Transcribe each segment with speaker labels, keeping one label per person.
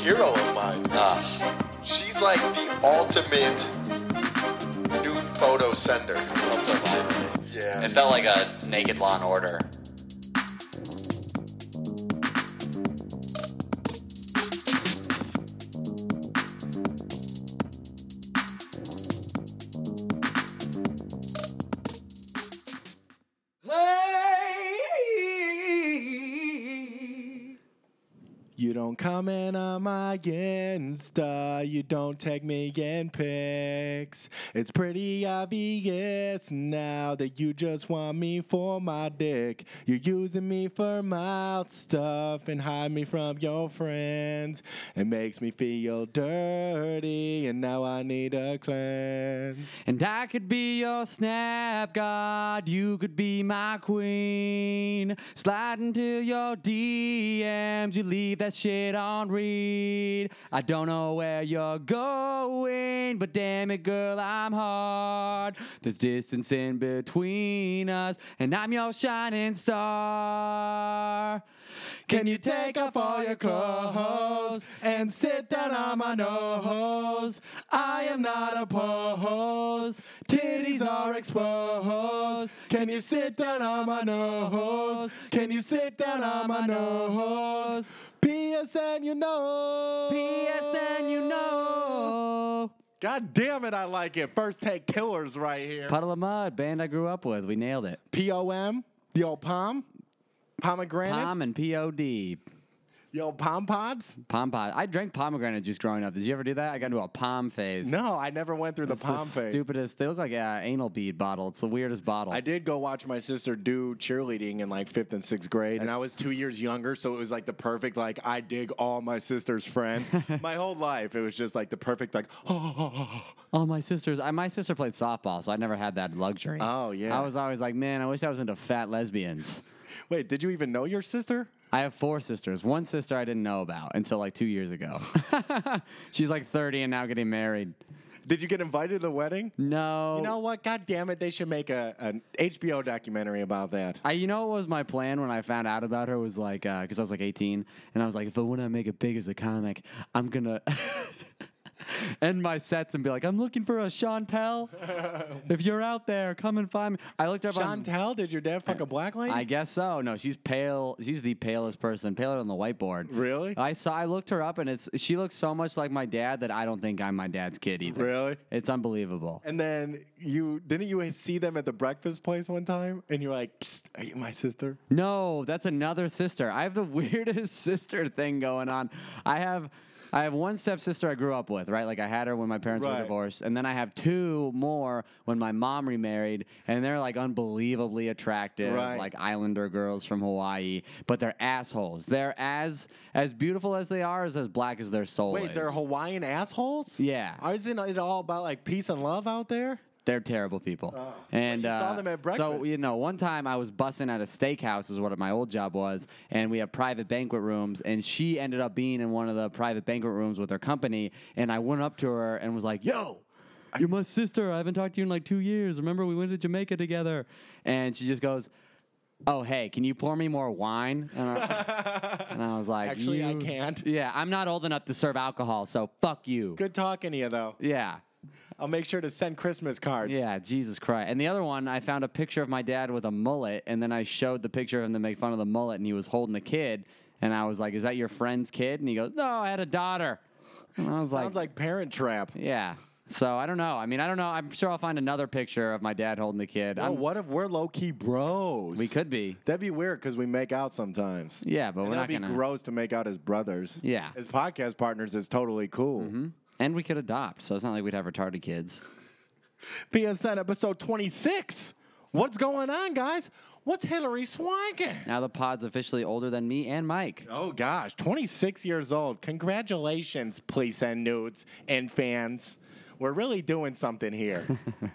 Speaker 1: hero of mine. She's like the ultimate nude photo sender.
Speaker 2: That's okay.
Speaker 1: Yeah.
Speaker 2: It felt like a naked Law and Order.
Speaker 3: Play.
Speaker 4: You don't comment on my Insta. uh, You don't tag me in pics. It's pretty obvious now that you just want me for my dick. You're using me for mouth stuff and hide me from your friends. It makes me feel dirty, and now I need a cleanse.
Speaker 5: And I could be your snap god, you could be my queen. Slide into your DMs, you leave that shit on read. I don't know where you're going, but damn it, girl, I'm hard. There's distance in between us, and I'm your shining star. Can you take off all your clothes and sit down on my nose? I am not opposed. Titties are exposed. Can you sit down on my nose? Can you sit down on my nose?
Speaker 4: PSN, you know.
Speaker 5: PSN, you know.
Speaker 4: God damn it, I like it. First take killers right here.
Speaker 5: Puddle of Mud, band I grew up with. We nailed it.
Speaker 4: P O M, the old palm, pomegranate,
Speaker 5: Pom and POD.
Speaker 4: the old pom pods.
Speaker 5: Pom pod. I drank pomegranate juice growing up. Did you ever do that? I got into a pom phase.
Speaker 4: No, I never went through
Speaker 5: It's
Speaker 4: the pom phase.
Speaker 5: Stupidest. They look like an anal bead bottle. It's the weirdest bottle.
Speaker 4: I did go watch my sister do cheerleading in like fifth and sixth grade, and I was two years younger, so it was like the perfect like I dig all my sister's friends. my whole life, it was just like the perfect like
Speaker 5: Oh, my sisters. I, my sister played softball, so I never had that luxury.
Speaker 4: Oh, yeah.
Speaker 5: I was always like, man, I wish I was into fat lesbians.
Speaker 4: Wait, did you even know your sister?
Speaker 5: I have four sisters. One sister I didn't know about until like two years ago. She's like 30 and now getting married.
Speaker 4: Did you get invited to the wedding?
Speaker 5: No.
Speaker 4: You know what? God damn it! They should make a an HBO documentary about that.
Speaker 5: I, you know what was my plan when I found out about her was like, because I was like 18, and I was like, if I want to make it big as a comic, I'm going to end my sets and be like, I'm looking for a Chantel. if you're out there, come and find me. I looked up on.
Speaker 4: Chantel, did your dad fuck a black lady?
Speaker 5: I guess so. No, she's pale. She's the palest person, paler than the whiteboard.
Speaker 4: Really?
Speaker 5: I saw. I looked her up, and it's she looks so much like my dad that I don't think I'm my dad's kid either.
Speaker 4: Really?
Speaker 5: It's unbelievable.
Speaker 4: And then you didn't you see them at the breakfast place one time, and you're like, Psst, "Are you my sister?"
Speaker 5: No, that's another sister. I have the weirdest sister thing going on. I have I have one stepsister I grew up with, right? Like I had her when my parents
Speaker 4: Right.
Speaker 5: were divorced, and then I have two more when my mom remarried, and they're like unbelievably attractive,
Speaker 4: Right.
Speaker 5: like islander girls from Hawaii, but they're assholes. They're as as beautiful as they are, is as black as their soul
Speaker 4: Wait,
Speaker 5: is.
Speaker 4: they're Hawaiian assholes?
Speaker 5: Yeah.
Speaker 4: Isn't it all about like peace and love out there?
Speaker 5: They're terrible people. and
Speaker 4: Oh. But you
Speaker 5: uh,
Speaker 4: saw them at
Speaker 5: So
Speaker 4: breakfast.
Speaker 5: you know, one time I was bussing at a steakhouse, is what my old job was, and we had private banquet rooms. And she ended up being in one of the private banquet rooms with her company. And I went up to her and was like, "Yo." You're my sister. I haven't talked to you in like two years. Remember, we went to Jamaica together. And she just goes, Oh, hey, can you pour me more wine? And I, and I was like,
Speaker 4: Actually, I
Speaker 5: "You-
Speaker 4: can't."
Speaker 5: Yeah, I'm not old enough to serve alcohol, so fuck you.
Speaker 4: Good talking to you though.
Speaker 5: Yeah.
Speaker 4: I'll make sure to send Christmas cards.
Speaker 5: Yeah, Jesus Christ. And the other one, I found a picture of my dad with a mullet, and then I showed the picture of him to make fun of the mullet, and he was holding the kid. And I was like, Is that your friend's kid? And he goes, No, I had a daughter. And I was
Speaker 4: Sounds like, Parent Trap.
Speaker 5: Yeah. So I don't know. I mean, I don't know. I'm sure I'll find another picture of my dad holding the kid.
Speaker 4: Oh,
Speaker 5: I'm-
Speaker 4: what if we're low key bros?
Speaker 5: We could be.
Speaker 4: That'd be weird because we make out sometimes.
Speaker 5: Yeah, but
Speaker 4: And
Speaker 5: we're
Speaker 4: that'd
Speaker 5: not
Speaker 4: be
Speaker 5: going to.
Speaker 4: gross to make out as brothers.
Speaker 5: Yeah. Mm-hmm.
Speaker 4: As podcast partners, it's totally cool.
Speaker 5: And we could adopt, so it's not like we'd have retarded kids.
Speaker 4: PSN episode 26. What's going on, guys? What's Hillary swanking?
Speaker 5: Now the pod's officially older than me and Mike.
Speaker 4: Oh gosh, 26 years old. Congratulations, police and nudes and fans. We're really doing something here.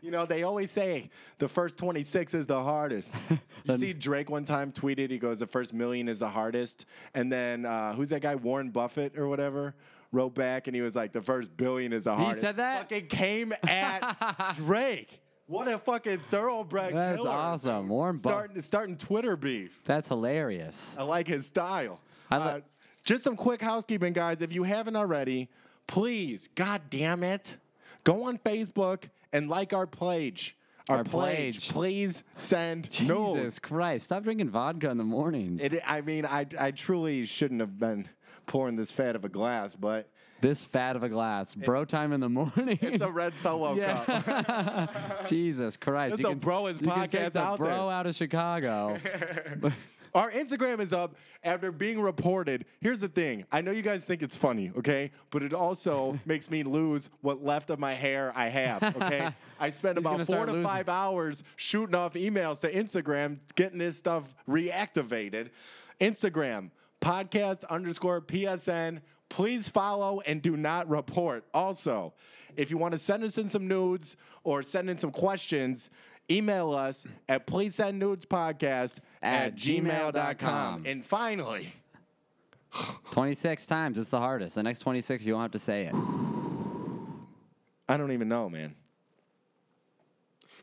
Speaker 4: you know, they always say the first 26 is the hardest. You see, Drake one time tweeted, he goes, The first million is the hardest. And then, uh, who's that guy, Warren Buffett or whatever, wrote back and he was like, The first billion is the hardest.
Speaker 5: said that?
Speaker 4: Fucking came at Drake. What a fucking thoroughbred
Speaker 5: That's
Speaker 4: killer.
Speaker 5: awesome. Warren Buff-
Speaker 4: starting, starting Twitter beef.
Speaker 5: That's hilarious.
Speaker 4: I like his style.
Speaker 5: I
Speaker 4: Uh,
Speaker 5: li-
Speaker 4: Just some quick housekeeping, guys. If you haven't already, please, God damn it, go on Facebook and like our page. Our,
Speaker 5: Our
Speaker 4: page.
Speaker 5: pledge.
Speaker 4: Please send
Speaker 5: Jesus
Speaker 4: no.
Speaker 5: Christ! Stop drinking vodka in the morning.
Speaker 4: It, I mean, I, I truly shouldn't have been pouring this fat of a glass, but
Speaker 5: this fat of a glass, bro time in the morning.
Speaker 4: it's a red solo cup.
Speaker 5: yeah. Jesus Christ!
Speaker 4: That's
Speaker 5: you
Speaker 4: a bro is
Speaker 5: you can take
Speaker 4: podcast
Speaker 5: the
Speaker 4: out
Speaker 5: bro
Speaker 4: there.
Speaker 5: out of Chicago.
Speaker 4: Our Instagram is up after being reported. Here's the thing I know you guys think it's funny, okay? But it also makes me lose what left of my hair I have, okay? I spend
Speaker 5: He's
Speaker 4: about
Speaker 5: gonna
Speaker 4: four
Speaker 5: start
Speaker 4: to
Speaker 5: losing.
Speaker 4: five hours shooting off emails to Instagram, getting this stuff reactivated. Instagram, podcast underscore PSN. Please follow and do not report. Also, if you want to send us in some nudes or send in some questions, email us at please send nudes podcast at
Speaker 5: At
Speaker 4: gmail.com.
Speaker 5: gmail.com.
Speaker 4: And finally,
Speaker 5: Twenty six times. It's the hardest. The next twenty six, you won't have to say it.
Speaker 4: I don't even know, man.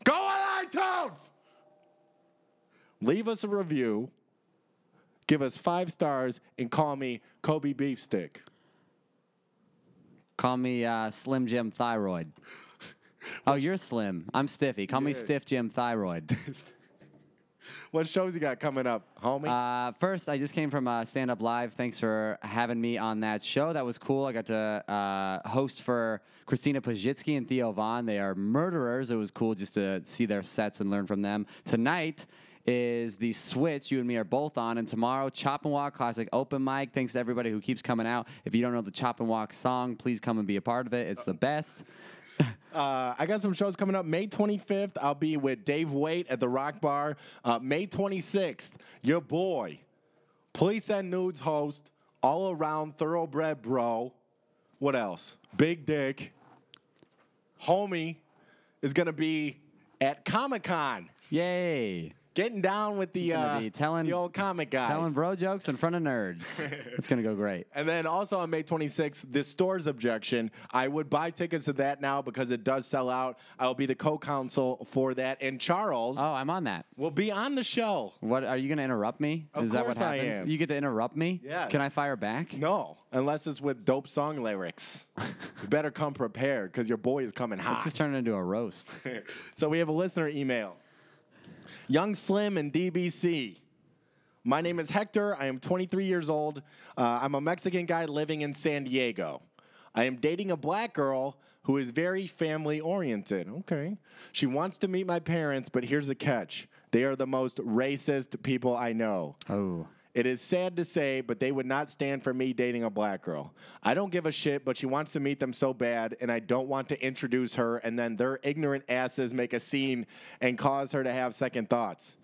Speaker 4: Go on iTunes! Leave us a review, give us five stars, and call me Kobe Beefstick.
Speaker 5: Call me uh, Slim Jim Thyroid. Oh, you're slim. I'm stiffy. Call me
Speaker 4: Yeah.
Speaker 5: Stiff Jim Thyroid.
Speaker 4: What shows you got coming up, homie?
Speaker 5: Uh, first, I just came from uh, Stand Up Live. Thanks for having me on that show. That was cool. I got to uh, host for Christina Pajitsky and Theo Vaughn. They are murderers. It was cool just to see their sets and learn from them. Tonight is the switch you and me are both on and tomorrow chop and walk classic open mic thanks to everybody who keeps coming out if you don't know the chop and walk song please come and be a part of it it's the best
Speaker 4: Uh, I got some shows coming up. May 25th, I'll be with Dave Waite at the Rock Bar. Uh, May 26th, your boy, Police and Nudes host, all around thoroughbred bro. What else? Big Dick, homie, is going to be at Comic Con.
Speaker 5: yay
Speaker 4: Getting down with the
Speaker 5: gonna
Speaker 4: uh,
Speaker 5: be telling-
Speaker 4: the old comic guys.
Speaker 5: telling bro jokes in front of nerds it's gonna go great
Speaker 4: And then also on May 26th, the store's objection. I would buy tickets to that now because it does sell out. I will be the co-counsel for that, and Charles
Speaker 5: oh i'm on that
Speaker 4: will be on the show.
Speaker 5: What are you going to interrupt me?
Speaker 4: Of
Speaker 5: Is that what
Speaker 4: course I
Speaker 5: happens?
Speaker 4: am.
Speaker 5: You get to interrupt me?
Speaker 4: Yes.
Speaker 5: Can I fire back?
Speaker 4: No, unless it's with dope song lyrics. you better come prepared because your boy is coming
Speaker 5: Let's
Speaker 4: hot.
Speaker 5: just turn it into a roast.
Speaker 4: so we have a listener email. Young Slim and DBC. My name is Hector. I am 23 years old. Uh, I'm a Mexican guy living in San Diego. I am dating a black girl who is very family oriented. Okay. She wants to meet my parents, but here's the catch they are the most racist people I know.
Speaker 5: Oh.
Speaker 4: It is sad to say, but they would not stand for me dating a black girl. I don't give a shit, but she wants to meet them so bad, and I don't want to introduce her, and then their ignorant asses make a scene and cause her to have second thoughts.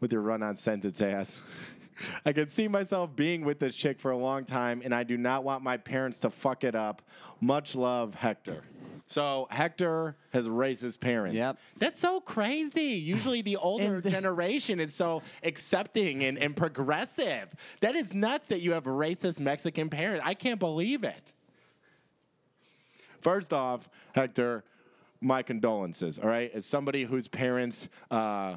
Speaker 4: With your run on sentence ass. I could see myself being with this chick for a long time, and I do not want my parents to fuck it up. Much love, Hector. So, Hector has racist parents.
Speaker 5: Yep.
Speaker 4: That's so crazy. Usually, the older
Speaker 5: And the-
Speaker 4: generation is so accepting and, and progressive. That is nuts that you have racist Mexican parents. I can't believe it. First off, Hector, my condolences. All right, as somebody whose parents uh,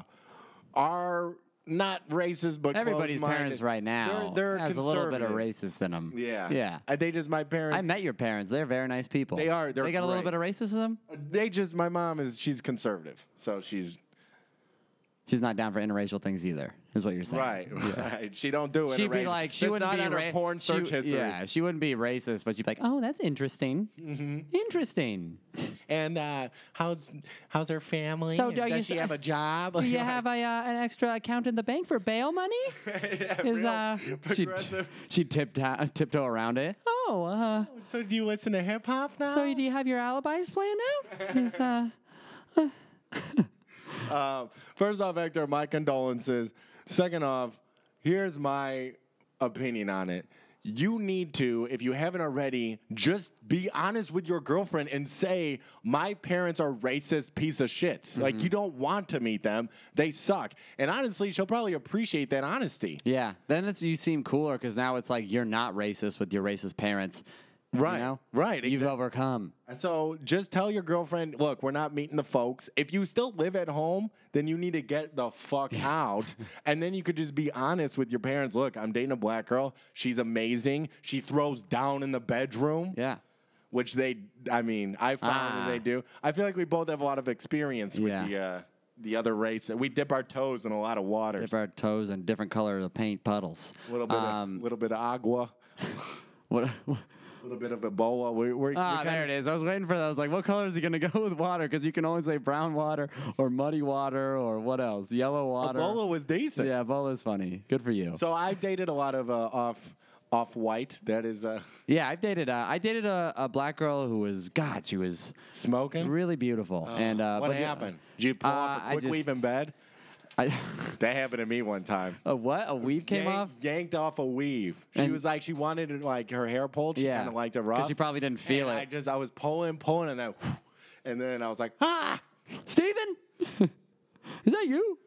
Speaker 4: are not racist, but
Speaker 5: Everybody's
Speaker 4: closed-minded,
Speaker 5: parents right now
Speaker 4: they're, they're
Speaker 5: has a little bit of
Speaker 4: conservative.
Speaker 5: racist in them.
Speaker 4: Yeah,
Speaker 5: Yeah.
Speaker 4: I, they just my parents.
Speaker 5: I met your parents. They're very nice people.
Speaker 4: They are. They're
Speaker 5: they got a little
Speaker 4: great.
Speaker 5: bit of racism.
Speaker 4: They just my mom is she's conservative, so she's
Speaker 5: She's not down for interracial things either, is what you're saying.
Speaker 4: right. Right. She don't do it.
Speaker 5: She'd be like, she
Speaker 4: That's
Speaker 5: wouldn't
Speaker 4: not
Speaker 5: be
Speaker 4: on her
Speaker 5: ra-
Speaker 4: porn
Speaker 5: she-
Speaker 4: search history.
Speaker 5: Yeah, she wouldn't be racist, but she'd be like, oh, that's interesting.
Speaker 4: Mm-hmm.
Speaker 5: Interesting.
Speaker 4: And uh, how's how's her family?
Speaker 5: So
Speaker 4: And
Speaker 5: do
Speaker 4: does
Speaker 5: you
Speaker 4: she
Speaker 5: s-
Speaker 4: have a job?
Speaker 5: Do you have a, uh, an extra account in the bank for bail money? is uh, she,
Speaker 4: progressive.
Speaker 5: she tipped tiptoe around it. Oh, uh,
Speaker 4: so do you listen to hip hop now?
Speaker 5: so do you have your alibis planned out? Is, uh,
Speaker 4: Um, first off, Hector, my condolences. Second off, here's my opinion on it. You need to, if you haven't already, just be honest with your girlfriend and say, My parents are racist piece of shits. Like, you don't want to meet them. They suck. And honestly, she'll probably appreciate that honesty.
Speaker 5: yeah, then it's you seem cooler because now it's like you're not racist with your racist parents.
Speaker 4: Right,
Speaker 5: You know?
Speaker 4: right,
Speaker 5: You've
Speaker 4: exac-
Speaker 5: overcome.
Speaker 4: And so just tell your girlfriend, look, we're not meeting the folks. If you still live at home, then you need to get the fuck out. and then you could just be honest with your parents. Look, I'm dating a black girl. She's amazing. She throws down in the bedroom,
Speaker 5: Yeah.
Speaker 4: which they, I mean, I found
Speaker 5: Ah.
Speaker 4: that they do. I feel like we both have a lot of experience with
Speaker 5: Yeah.
Speaker 4: the uh, the other race. We dip our toes in a lot of water.
Speaker 5: Dip our um, toes in different colors of paint puddles.
Speaker 4: A little bit, of, little bit of agua,
Speaker 5: what?
Speaker 4: a little bit of ebola. We're, we're,
Speaker 5: Ah,
Speaker 4: we're
Speaker 5: there it is. I was waiting for that. I was like, what color is he going to go with water? Because you can only say brown water or muddy water or what else? Yellow water.
Speaker 4: Ebola was decent.
Speaker 5: Yeah, Bola's funny. Good for you.
Speaker 4: So I've dated a lot of uh, off off white. That is uh,
Speaker 5: yeah, I've dated. Uh, I dated a, a black girl who was God. She was
Speaker 4: smoking.
Speaker 5: really beautiful. and uh,
Speaker 4: what
Speaker 5: but yeah,
Speaker 4: happened? Did you pull off
Speaker 5: Uh,
Speaker 4: a
Speaker 5: I
Speaker 4: quick weave
Speaker 5: just-
Speaker 4: in bed?
Speaker 5: I,
Speaker 4: That happened to me one time.
Speaker 5: a what? A weave came
Speaker 4: Yank-
Speaker 5: off.
Speaker 4: Yanked off a weave. She
Speaker 5: And-
Speaker 4: was like, she wanted it like her hair pulled. She
Speaker 5: yeah,
Speaker 4: kind of liked it rough.
Speaker 5: she probably didn't feel
Speaker 4: And
Speaker 5: it.
Speaker 4: I just, I was pulling, pulling, and then, and then I was like, ah.
Speaker 5: Steven? Is that you?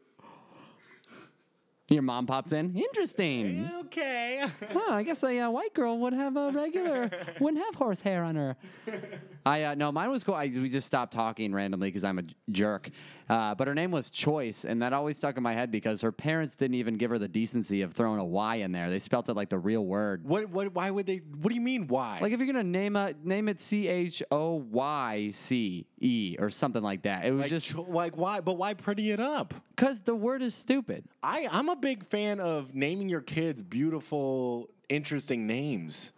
Speaker 5: Your mom pops in. Interesting.
Speaker 4: Okay.
Speaker 5: Huh, I guess a uh, white girl would have a regular, wouldn't have horse hair on her. I uh, no, mine was cool. I, we just stopped talking randomly because I'm a j- jerk. Uh, but her name was Choice, and that always stuck in my head because her parents didn't even give her the decency of throwing a Y in there. They spelt it like the real word.
Speaker 4: what? What? Why would they? What do you mean? Why?
Speaker 5: Like if you're gonna name a name it C H O Y C E or something like that. It was
Speaker 4: Like,
Speaker 5: just
Speaker 4: cho- like why? But why pretty it up?
Speaker 5: because the word is stupid.
Speaker 4: I, I'm a big fan of naming your kids beautiful, interesting names.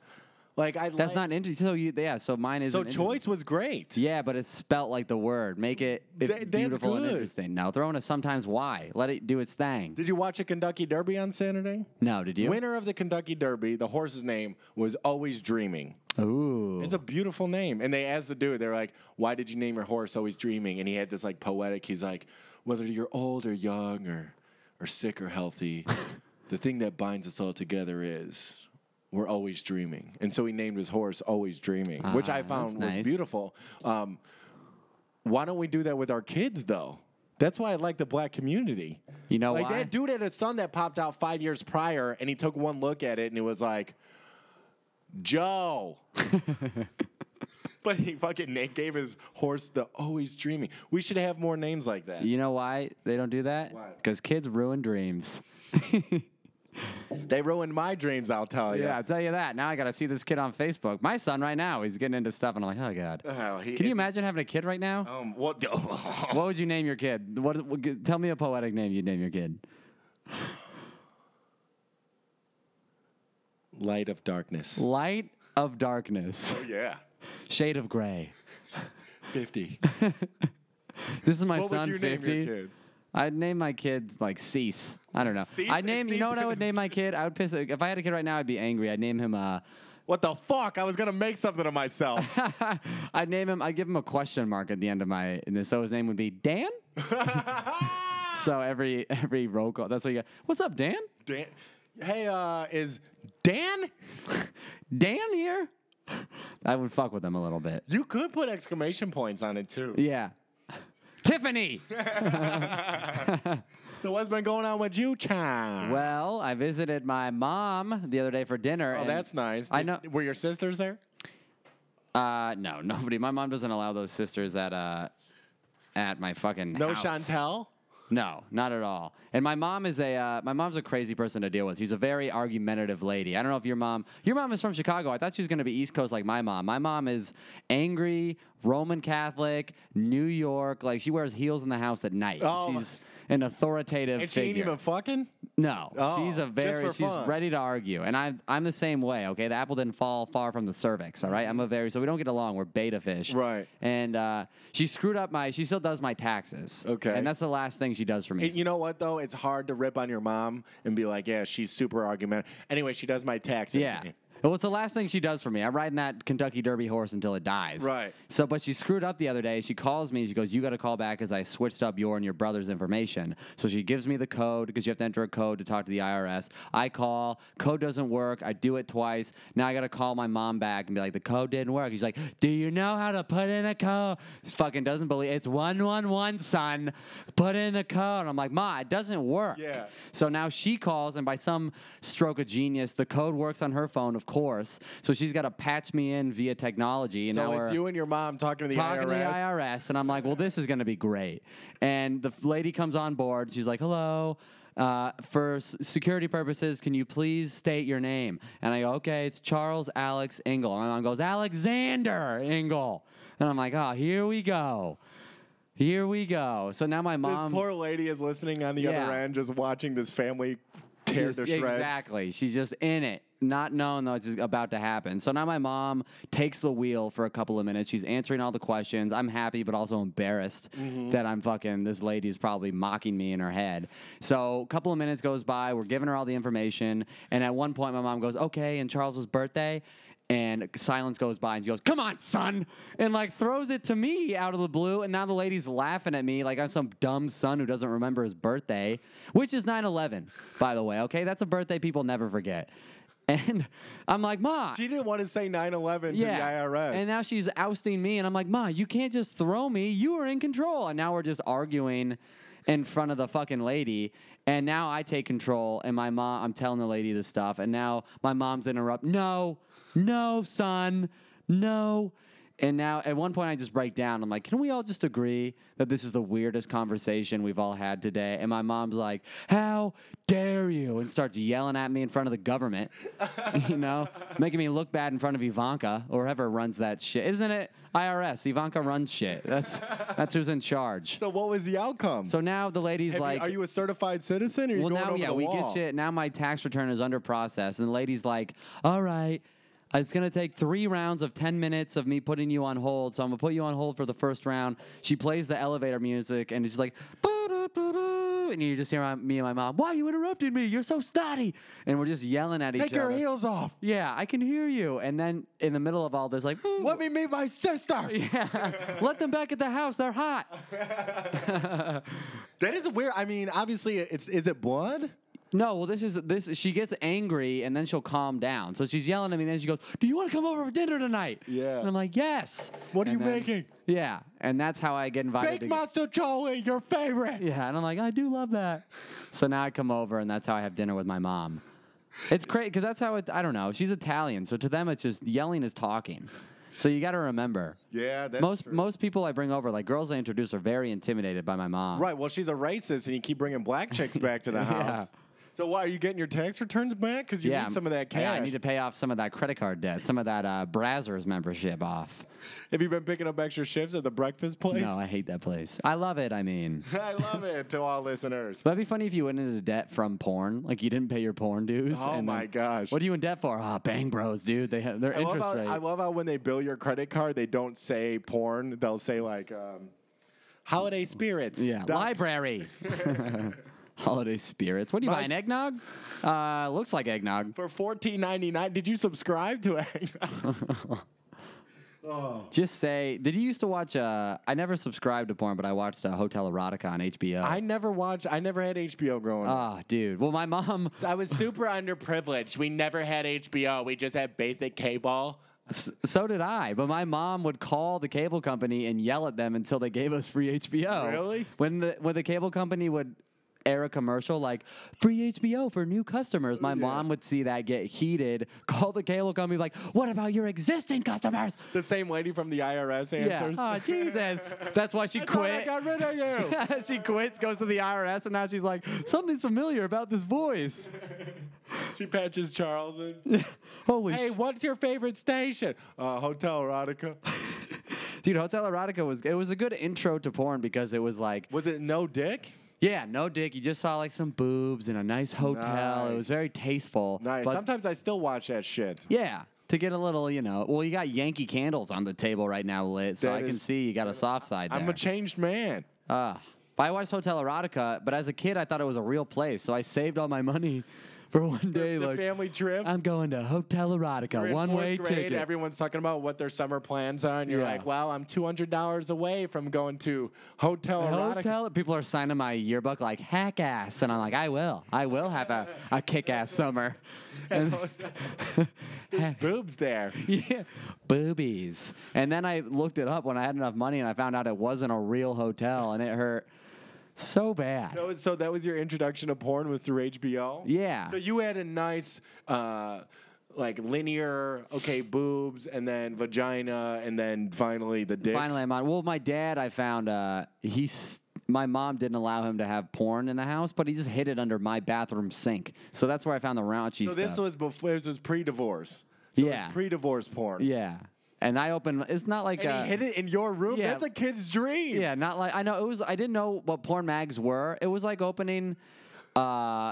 Speaker 4: Like I
Speaker 5: That's
Speaker 4: like,
Speaker 5: not interesting. So you, yeah. So mine is
Speaker 4: so choice was great.
Speaker 5: Yeah, but it's spelt like the word. Make it if
Speaker 4: Tha- that's
Speaker 5: beautiful and
Speaker 4: good.
Speaker 5: interesting. No, throwing a sometimes why. Let it do its thing.
Speaker 4: Did you watch a Kentucky Derby on Saturday?
Speaker 5: no, did you?
Speaker 4: Winner of the Kentucky Derby, the horse's name was always dreaming.
Speaker 5: Ooh,
Speaker 4: It's a beautiful name. And they asked the dude, they're like, Why did you name your horse always dreaming? And he had this like poetic, he's like, Whether you're old or young or or sick or healthy, the thing that binds us all together is we're always dreaming. And so he named his horse Always Dreaming, which
Speaker 5: Ah,
Speaker 4: I
Speaker 5: that's
Speaker 4: found
Speaker 5: nice.
Speaker 4: was beautiful. Um, why don't we do that with our kids though? That's why I like the black community.
Speaker 5: You know
Speaker 4: like
Speaker 5: why?
Speaker 4: that dude had a son that popped out five years prior, and he took one look at it and he was like, "Joe." but he fucking Nick gave his horse the always dreaming. We should have more names like that.
Speaker 5: you know why they don't do that?
Speaker 4: Why?
Speaker 5: Because kids ruin dreams.
Speaker 4: They ruined my dreams. I'll tell you.
Speaker 5: Yeah, I'll tell you that. Now I got to see this kid on Facebook. My son right now, he's getting into stuff, and I'm like, oh god.
Speaker 4: Oh, he
Speaker 5: Can you
Speaker 4: is-
Speaker 5: imagine having a kid right now?
Speaker 4: Um, what?
Speaker 5: What would you name your kid? What, what? g- Tell me a poetic name you'd name your kid.
Speaker 4: Light of darkness.
Speaker 5: Light of darkness,
Speaker 4: Yeah.
Speaker 5: shade of gray.
Speaker 4: Fifty.
Speaker 5: This is my
Speaker 4: what would
Speaker 5: son,
Speaker 4: you
Speaker 5: fifty.
Speaker 4: name your kid?
Speaker 5: I'd name my kid like Cease. I don't know.
Speaker 4: Cease-
Speaker 5: I name. You know what I would
Speaker 4: Cease
Speaker 5: name
Speaker 4: is-
Speaker 5: my kid? I would piss. If I had a kid right now, I'd be angry. I'd name him. Uh,
Speaker 4: What the fuck? I was gonna make something of myself.
Speaker 5: I'd name him. I'd give him a question mark at the end of my. And so his name would be Dan. So every every roll call. That's what you got. What's up, Dan?
Speaker 4: Dan. Hey, uh, is Dan?
Speaker 5: Dan here. I would fuck with him a little bit.
Speaker 4: You could put exclamation points on it too.
Speaker 5: Yeah. Tiffany.
Speaker 4: So what's been going on with you, Chan?
Speaker 5: well, I visited my mom the other day for dinner.
Speaker 4: oh,
Speaker 5: and-
Speaker 4: that's nice.
Speaker 5: I
Speaker 4: Did-
Speaker 5: know.
Speaker 4: Were your sisters there?
Speaker 5: Uh, no, nobody. My mom doesn't allow those sisters at uh, at my fucking
Speaker 4: No,
Speaker 5: house.
Speaker 4: Chantel.
Speaker 5: No, not at all. And my mom is a uh, my mom's a crazy person to deal with. She's a very argumentative lady. I don't know if your mom your mom is from Chicago. I thought she was going to be East Coast like my mom. My mom is angry Roman Catholic, New York. Like she wears heels in the house at night.
Speaker 4: Oh.
Speaker 5: She's an authoritative
Speaker 4: And she ain't
Speaker 5: figure.
Speaker 4: even fucking.
Speaker 5: No,
Speaker 4: Oh,
Speaker 5: she's a
Speaker 4: just
Speaker 5: very
Speaker 4: for
Speaker 5: she's
Speaker 4: fun.
Speaker 5: ready to argue, and I'm I'm the same way. Okay, the apple didn't fall far from the cervix. All right, I'm a very so we don't get along. We're beta fish.
Speaker 4: Right.
Speaker 5: And uh, she screwed up my. She still does my taxes.
Speaker 4: Okay.
Speaker 5: And that's the last thing she does for me.
Speaker 4: It- you know what though? It's hard to rip on your mom and be like, "Yeah, she's super argumentative." Anyway, she does my taxes.
Speaker 5: yeah. Well, it's the last thing she does for me. I'm riding that Kentucky Derby horse until it dies.
Speaker 4: Right.
Speaker 5: So, but she screwed up the other day. She calls me. She goes, "You got to call back because I switched up your and your brother's information." So she gives me the code because you have to enter a code to talk to the IRS. I call. Code doesn't work. I do it twice. Now I got to call my mom back and be like, "The code didn't work." She's like, "Do you know how to put in a code?" She fucking doesn't believe it's one one one, son. Put in the code. I'm like, "Ma, it doesn't work."
Speaker 4: Yeah.
Speaker 5: So now she calls, and by some stroke of genius, the code works on her phone, of course. So she's got to patch me in via technology. And now
Speaker 4: So it's
Speaker 5: we're
Speaker 4: you and your mom talking to the
Speaker 5: talking to the
Speaker 4: IRS.
Speaker 5: IRS, and I'm like, well, this is going to be great. And the f- lady comes on board. She's like, hello. Uh, for s- security purposes, can you please state your name? And I go, okay, it's Charles Alex Engel. And my mom goes, Alexander Engel. And I'm like, oh, here we go. Here we go. So now my
Speaker 4: this
Speaker 5: mom.
Speaker 4: poor lady is listening on the
Speaker 5: Yeah.
Speaker 4: other end, just watching this family tear
Speaker 5: Just-
Speaker 4: to shreds.
Speaker 5: Exactly. She's just in it, not knowing that it's just about to happen. So now my mom takes the wheel for a couple of minutes. She's answering all the questions. I'm happy, but also embarrassed
Speaker 4: Mm-hmm.
Speaker 5: that I'm fucking, this lady's probably mocking me in her head. So a couple of minutes goes by. We're giving her all the information. And at one point, my mom goes, okay, and Charles's birthday. And silence goes by, and she goes, "Come on, son!" and like throws it to me out of the blue. And now the lady's laughing at me like I'm some dumb son who doesn't remember his birthday, which is 9/11, by the way. Okay, that's a birthday people never forget. And I'm like, "Ma,
Speaker 4: She didn't want to say 9/11
Speaker 5: yeah,
Speaker 4: to the IRS.
Speaker 5: and now she's ousting me, and I'm like, "Ma, you can't just throw me. You are in control." And now we're just arguing in front of the fucking lady. And now I take control, and my mom. I'm telling the lady this stuff, and now my mom's interrupt. No, no, son, no. And now at one point I just break down. I'm like, can we all just agree that this is the weirdest conversation we've all had today? And my mom's like, how dare you? And starts yelling at me in front of the government, you know, making me look bad in front of Ivanka or whoever runs that shit. Isn't it IRS? Ivanka runs shit. That's, that's who's in charge.
Speaker 4: so what was the outcome?
Speaker 5: So now the lady's
Speaker 4: Have you-
Speaker 5: like,
Speaker 4: are you a certified citizen? Or are you
Speaker 5: well,
Speaker 4: going
Speaker 5: now
Speaker 4: over
Speaker 5: yeah,
Speaker 4: the
Speaker 5: we
Speaker 4: wall?
Speaker 5: get shit. Now my tax return is under process, and the lady's like, "All right, it's gonna take three rounds of ten minutes of me putting you on hold, so I'm gonna put you on hold for the first round." She plays the elevator music, and it's just like. "Boo-doo-doo-doo," And you just hear my, me and my mom, why are you interrupting me? You're so snotty. And we're just yelling at
Speaker 4: Take
Speaker 5: each other.
Speaker 4: your heels off.
Speaker 5: Yeah, I can hear you. And then in the middle of all this, like, "Boo."
Speaker 4: Let me meet my sister.
Speaker 5: yeah, let them back at the house. They're hot.
Speaker 4: That is weird. I mean, obviously, it's is it blood?
Speaker 5: No, well, this is this. She gets angry and then she'll calm down. So she's yelling at me. And then she goes, "Do you want to come over for dinner tonight?"
Speaker 4: Yeah.
Speaker 5: And I'm like, "Yes."
Speaker 4: What are
Speaker 5: And
Speaker 4: you making?
Speaker 5: Yeah, and that's how I get invited.
Speaker 4: Big
Speaker 5: to-
Speaker 4: Mazzacholi, your favorite.
Speaker 5: yeah, and I'm like, I do love that. so now I come over and that's how I have dinner with my mom. It's crazy because that's how it. I don't know. She's Italian, so to them it's just yelling is talking. So you got to remember.
Speaker 4: Yeah, that's
Speaker 5: Most most people I bring over, like girls I introduce, are very intimidated by my mom.
Speaker 4: Right. Well, she's a racist, and you keep bringing black chicks back to the house.
Speaker 5: Yeah.
Speaker 4: So, why are you getting your tax returns back? Because you need some of that cash.
Speaker 5: Yeah, I need to pay off some of that credit card debt, some of that uh, Brazzers membership off.
Speaker 4: Have you been picking up extra shifts at the breakfast place?
Speaker 5: No, I hate that place. I love it. I mean,
Speaker 4: I love it to all listeners.
Speaker 5: but that'd be funny if you went into debt from porn, like you didn't pay your porn dues.
Speaker 4: Oh
Speaker 5: and
Speaker 4: my
Speaker 5: then-
Speaker 4: gosh.
Speaker 5: What are you in debt for? Ah, Bang Bros, dude. They have their
Speaker 4: I love,
Speaker 5: interest
Speaker 4: how,
Speaker 5: rate.
Speaker 4: I love how when they bill your credit card, they don't say porn. They'll say like um, holiday spirits.
Speaker 5: yeah,
Speaker 4: Doc-
Speaker 5: library. Holiday spirits. What do you
Speaker 4: My
Speaker 5: buy? An
Speaker 4: s-
Speaker 5: eggnog? Uh, looks like eggnog.
Speaker 4: for fourteen ninety nine. Did you subscribe to it?
Speaker 5: Just say, did you used to watch? Uh, I never subscribed to porn, but I watched uh, Hotel Erotica on HBO.
Speaker 4: I never watched. I never had HBO growing up.
Speaker 5: Ah, dude. Well, my mom
Speaker 4: Uh, I was super underprivileged. We never had HBO. We just had basic cable.
Speaker 5: S- So did I, but my mom would call the cable company and yell at them until they gave us free HBO.
Speaker 4: Really?
Speaker 5: When the when the cable company would air a commercial like free HBO for new customers, my mom would see that get heated, call the cable company like, "What about your existing customers?"
Speaker 4: The same lady from the IRS answers.
Speaker 5: Yeah. Oh Jesus. That's why she
Speaker 4: I thought I
Speaker 5: quit.
Speaker 4: got rid of you.
Speaker 5: she quits, goes to the IRS, and now she's like, "Something's familiar about this voice."
Speaker 4: she patches Charles in.
Speaker 5: Holy
Speaker 4: hey,
Speaker 5: sh-
Speaker 4: what's your favorite station? Uh, Hotel Erotica.
Speaker 5: dude! Hotel Erotica was it was a good intro to porn because it was like
Speaker 4: Was it No Dick?
Speaker 5: Yeah, no dick. You just saw like some boobs in a nice hotel. It
Speaker 4: Nice.
Speaker 5: was very tasteful.
Speaker 4: Nice.
Speaker 5: but-
Speaker 4: Sometimes I still watch that shit.
Speaker 5: yeah, to get a little, you know. Well, you got Yankee candles on the table right now lit, so
Speaker 4: That
Speaker 5: I can
Speaker 4: is-
Speaker 5: see you got a soft side there.
Speaker 4: I'm a changed man.
Speaker 5: Ah. But I watched Hotel Erotica, but as a kid, I thought it was a real place, so I saved all my money for one day.
Speaker 4: the
Speaker 5: like
Speaker 4: family trip.
Speaker 5: I'm going to Hotel
Speaker 4: You're
Speaker 5: Erotica,
Speaker 4: in
Speaker 5: one
Speaker 4: fourth
Speaker 5: way
Speaker 4: grade,
Speaker 5: ticket.
Speaker 4: Everyone's talking about what their summer plans are, and you're
Speaker 5: Yeah.
Speaker 4: like, "Wow, I'm two hundred dollars away from going to Hotel Erotica."
Speaker 5: Hotel. People are signing my yearbook like hack ass, and I'm like, I will, I will have a, a kick ass summer. And-
Speaker 4: Boobs there.
Speaker 5: yeah, boobies. And then I looked it up when I had enough money, and I found out it wasn't a real hotel, and it hurt so bad.
Speaker 4: That was- So that was your introduction to porn was through HBO.
Speaker 5: Yeah.
Speaker 4: So you had a nice uh, like linear, okay, boobs, and then vagina, and then finally the dicks.
Speaker 5: Finally, I'm on. Well, my dad, I found uh, he's. My mom didn't allow him to have porn in the house, but he just hid it under my bathroom sink. So that's where I found the raunchy
Speaker 4: so this
Speaker 5: stuff.
Speaker 4: was before. This was pre-divorce. So
Speaker 5: Yeah.
Speaker 4: it's pre-divorce porn.
Speaker 5: yeah, and I opened. It's not like
Speaker 4: And
Speaker 5: uh,
Speaker 4: he hid it in your room.
Speaker 5: yeah.
Speaker 4: That's a kid's dream.
Speaker 5: Yeah, not like I know it was. I didn't know what porn mags were. It was like opening uh,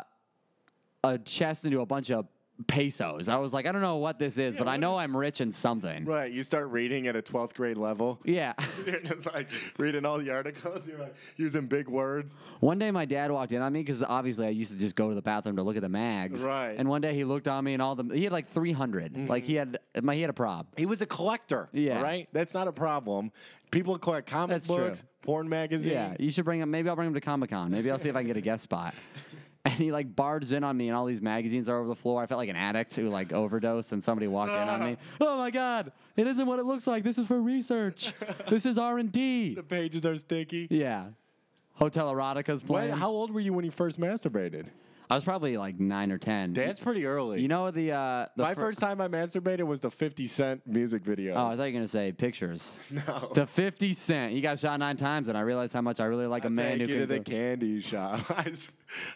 Speaker 5: a chest into a bunch of pesos. I was like, I don't know what this is, but I know I'm rich in something.
Speaker 4: Right. You start reading at a 12th grade level.
Speaker 5: Yeah.
Speaker 4: You're just like reading all the articles. You're like using big words.
Speaker 5: One day my dad walked in on me because obviously I used to just go to the bathroom to look at the mags.
Speaker 4: Right.
Speaker 5: And one day he looked on me and all the he had like 300. Like he had my he had a prob.
Speaker 4: He was a collector.
Speaker 5: Yeah.
Speaker 4: All right. That's not a problem. People collect comic
Speaker 5: That's true.
Speaker 4: books, porn magazines.
Speaker 5: Yeah, you should bring him. Maybe I'll bring him to Comic Con. Maybe I'll see if I can get a guest spot. And he like barges in on me, and all these magazines are over the floor. I felt like an addict who like overdosed, and somebody walked in on me. Oh my god! It isn't what it looks like. This is for research. this is R and D.
Speaker 4: The pages are sticky.
Speaker 5: Yeah. Hotel Erotica's
Speaker 4: When,
Speaker 5: playing.
Speaker 4: how old were you when you first masturbated?
Speaker 5: I was probably like nine or ten.
Speaker 4: That's pretty early.
Speaker 5: you know the uh, the
Speaker 4: my
Speaker 5: fir-
Speaker 4: first time I masturbated was the 50 Cent music video.
Speaker 5: Oh, I thought you were gonna say pictures.
Speaker 4: no.
Speaker 5: The Fifty Cent. You got shot nine times, and I realized how much I really like a man
Speaker 4: Take
Speaker 5: who
Speaker 4: you
Speaker 5: can.
Speaker 4: to the
Speaker 5: go-
Speaker 4: candy shop. I s-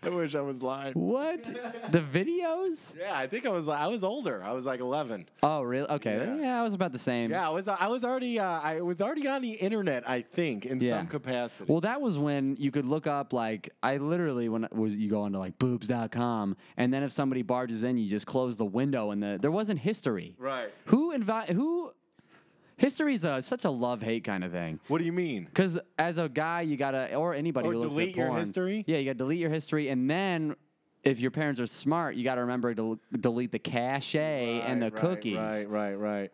Speaker 4: I wish I was lying.
Speaker 5: what? the videos?
Speaker 4: Yeah, I think I was. I was older. I was like 11.
Speaker 5: Oh, really? Okay.
Speaker 4: Yeah.
Speaker 5: Yeah, I was about the same.
Speaker 4: Yeah, I was. I was already. Uh, I was already on the internet. I think in
Speaker 5: Yeah.
Speaker 4: some capacity.
Speaker 5: Well, that was when you could look up like I literally when it was you go onto like boobs.com and then if somebody barges in, you just close the window and the there wasn't history.
Speaker 4: right.
Speaker 5: Who invite who? History's a, such a love hate kind of thing.
Speaker 4: What do you mean?
Speaker 5: Because as a guy, you gotta or anybody
Speaker 4: Or
Speaker 5: who looks
Speaker 4: delete
Speaker 5: at
Speaker 4: your
Speaker 5: porn,
Speaker 4: history?
Speaker 5: Yeah, you gotta delete your history and then. If your parents are smart, you got to remember to l- delete the cachet and the
Speaker 4: Right, right,
Speaker 5: cookies.
Speaker 4: Right, right, right.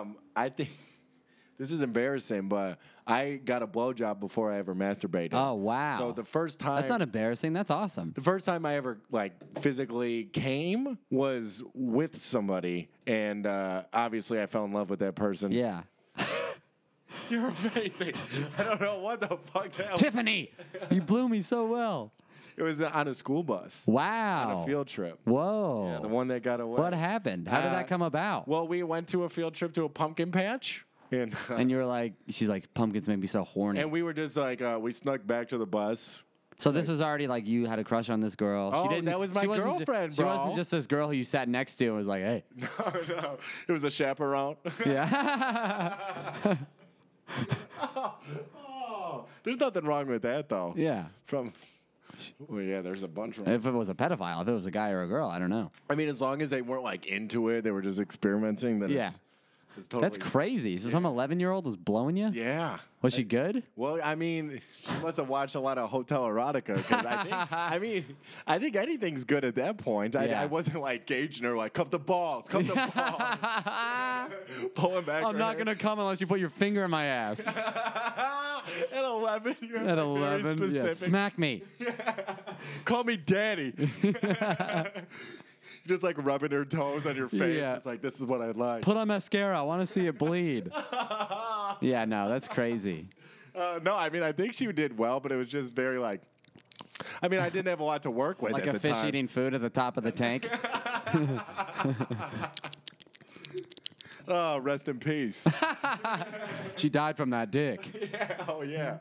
Speaker 4: Um, I think this is embarrassing, but I got a blowjob before I ever masturbated.
Speaker 5: Oh, wow.
Speaker 4: So the first time.
Speaker 5: That's not embarrassing. That's awesome.
Speaker 4: the first time I ever like physically came was with somebody, and uh, obviously I fell in love with that person.
Speaker 5: Yeah.
Speaker 4: you're amazing. I don't know what the fuck that was.
Speaker 5: Tiffany, you blew me so well.
Speaker 4: It was on a school bus,
Speaker 5: Wow.
Speaker 4: on a field trip.
Speaker 5: Whoa.
Speaker 4: Yeah, the one that got away.
Speaker 5: What happened? How did
Speaker 4: Uh,
Speaker 5: that come about?
Speaker 4: Well, we went to a field trip to a pumpkin patch, and uh,
Speaker 5: and
Speaker 4: and,
Speaker 5: you were like, she's like, pumpkins make me so horny.
Speaker 4: we were just like uh, we snuck back to the bus.
Speaker 5: so this was already like you had a crush on this girl.
Speaker 4: Oh,
Speaker 5: she didn't,
Speaker 4: that was my
Speaker 5: she wasn't ju-
Speaker 4: girlfriend,
Speaker 5: She wasn't
Speaker 4: bro.
Speaker 5: just this girl who you sat next to and was like, hey,
Speaker 4: No, Oh, no, it was a chaperone.
Speaker 5: yeah,
Speaker 4: oh, there's nothing wrong with that though.
Speaker 5: yeah.
Speaker 4: From. Oh yeah, there's a bunch of.
Speaker 5: If it was a pedophile, if it was a guy or a girl, I don't know.
Speaker 4: I mean, as long as they weren't like into it, they were just experimenting. Then
Speaker 5: Yeah.
Speaker 4: it's, it's totally.
Speaker 5: That's crazy. So some 11 year old was blowing you.
Speaker 4: Yeah.
Speaker 5: Was she good?
Speaker 4: Well, I mean, she must have watched a lot of Hotel Erotica because I think, I mean, I think anything's good at that point. I,
Speaker 5: Yeah.
Speaker 4: I wasn't like gauging her, like, cup the balls, cup the balls,
Speaker 5: I'm
Speaker 4: pulling back. her
Speaker 5: not
Speaker 4: hair.
Speaker 5: gonna come unless you put your finger in my ass.
Speaker 4: at eleven, you're
Speaker 5: At
Speaker 4: like, very
Speaker 5: 11, yeah,
Speaker 4: specific.
Speaker 5: smack me.
Speaker 4: Call me daddy. Just like rubbing her toes on your face.
Speaker 5: Yeah.
Speaker 4: It's like this is what I like.
Speaker 5: Put on mascara. I want to see it bleed. yeah, no, that's crazy.
Speaker 4: Uh, no, I mean I think she did well, but it was just very like. I mean, I didn't have a lot to work with.
Speaker 5: Like
Speaker 4: at
Speaker 5: a
Speaker 4: the
Speaker 5: fish
Speaker 4: time.
Speaker 5: eating food at the top of the tank.
Speaker 4: Oh, rest in peace.
Speaker 5: she died from that dick.
Speaker 4: oh yeah.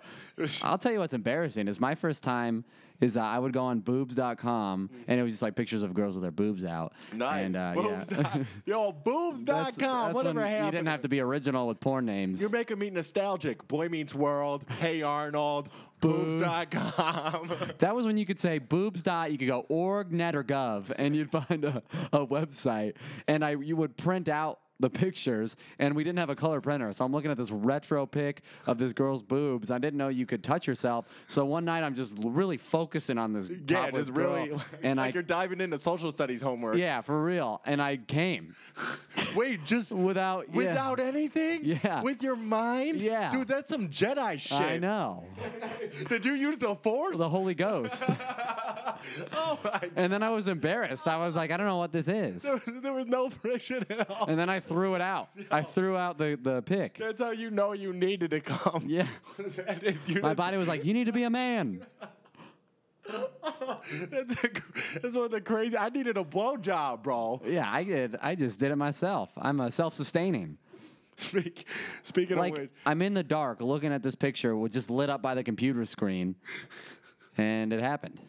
Speaker 5: I'll tell you what's embarrassing is my first time is uh, I would go on boobs.com and it was just like pictures of girls with their boobs out.
Speaker 4: Nice.
Speaker 5: And, uh,
Speaker 4: boobs.
Speaker 5: yeah.
Speaker 4: dot- Yo, boobs.com.
Speaker 5: That's- that's
Speaker 4: whatever
Speaker 5: when
Speaker 4: happened.
Speaker 5: You didn't have to be original with porn names.
Speaker 4: You're making me nostalgic. Boy Meets World. Hey Arnold. Boobs.com.
Speaker 5: that was when you could say boobs dot. You could go org net or gov, and you'd find a, a website, and I you would print out the pictures, and we didn't have a color printer, so I'm looking at this retro pic of this girl's boobs. I didn't know you could touch yourself, so one night I'm just l- really focusing on this
Speaker 4: yeah,
Speaker 5: topless
Speaker 4: just really.
Speaker 5: girl,
Speaker 4: and
Speaker 5: and
Speaker 4: like
Speaker 5: I.
Speaker 4: you're diving into social studies homework.
Speaker 5: yeah, for real. And I came
Speaker 4: Wait, just
Speaker 5: without yeah.
Speaker 4: without anything.
Speaker 5: Yeah.
Speaker 4: With your mind.
Speaker 5: Yeah.
Speaker 4: Dude, that's some Jedi shit.
Speaker 5: I know.
Speaker 4: Did you use the Force?
Speaker 5: The Holy Ghost.
Speaker 4: oh my.
Speaker 5: and then I was embarrassed. I was like, I don't know what this is.
Speaker 4: There was, there was no friction at all.
Speaker 5: And then I threw it out. I threw out the, the pic.
Speaker 4: That's how you know you needed to come.
Speaker 5: Yeah.
Speaker 4: If you
Speaker 5: My
Speaker 4: didn't-
Speaker 5: body was like, you need to be a man.
Speaker 4: that's, a, that's one of the crazy. I needed a blowjob, bro.
Speaker 5: Yeah, I did. I just did it myself. I'm a self-sustaining.
Speaker 4: Speak- Speaking of
Speaker 5: Like
Speaker 4: which,
Speaker 5: I'm in the dark looking at this picture, which just lit up by the computer screen, and it happened.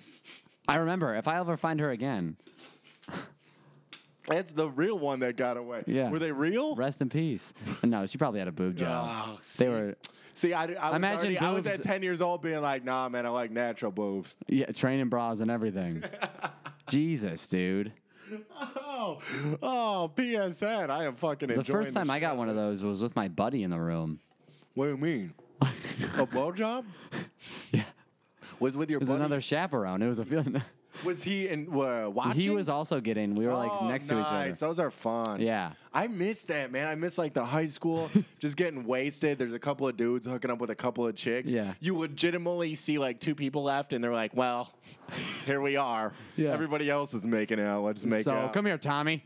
Speaker 5: I remember. If I ever find her again,
Speaker 4: that's the real one that got away.
Speaker 5: Yeah.
Speaker 4: Were they real?
Speaker 5: rest in peace. No, she probably had a boob job.
Speaker 4: Oh,
Speaker 5: they were,
Speaker 4: See, I, I, was
Speaker 5: Imagine
Speaker 4: already- I was
Speaker 5: boobs-
Speaker 4: at 10 years old being like, nah, man, I like natural boobs.
Speaker 5: yeah, training bras and everything. Jesus, dude.
Speaker 4: Oh, oh, PSN. I am fucking
Speaker 5: The
Speaker 4: enjoying
Speaker 5: first time
Speaker 4: the
Speaker 5: I
Speaker 4: shit out
Speaker 5: got
Speaker 4: of
Speaker 5: one of
Speaker 4: this.
Speaker 5: those was with my buddy in the room.
Speaker 4: What do you mean? a blowjob? Yeah. Was with your
Speaker 5: It was
Speaker 4: buddy?
Speaker 5: another chaperone. It was a feeling.
Speaker 4: Was he in uh, watching?
Speaker 5: he was also getting. We were like
Speaker 4: Oh,
Speaker 5: next to
Speaker 4: nice.
Speaker 5: each other.
Speaker 4: Those are fun.
Speaker 5: Yeah.
Speaker 4: I miss that, man. I miss like the high school, just getting wasted. There's a couple of dudes hooking up with a couple of chicks.
Speaker 5: Yeah.
Speaker 4: You legitimately see like two people left, and they're like, well, here we are.
Speaker 5: Yeah.
Speaker 4: Everybody else is making out. Let's make
Speaker 5: So
Speaker 4: out.
Speaker 5: come here, Tommy.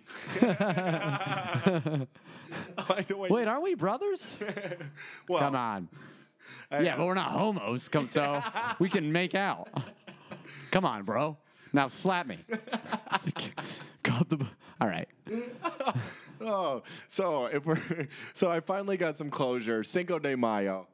Speaker 4: Like the way-
Speaker 5: Wait, aren't we brothers?
Speaker 4: well,
Speaker 5: Come on.
Speaker 4: I-
Speaker 5: Yeah, but we're not homos. Come so we can make out. Come on, bro. Now slap me. God, the. All right.
Speaker 4: Oh, so if we're so I finally got some closure. Cinco de Mayo.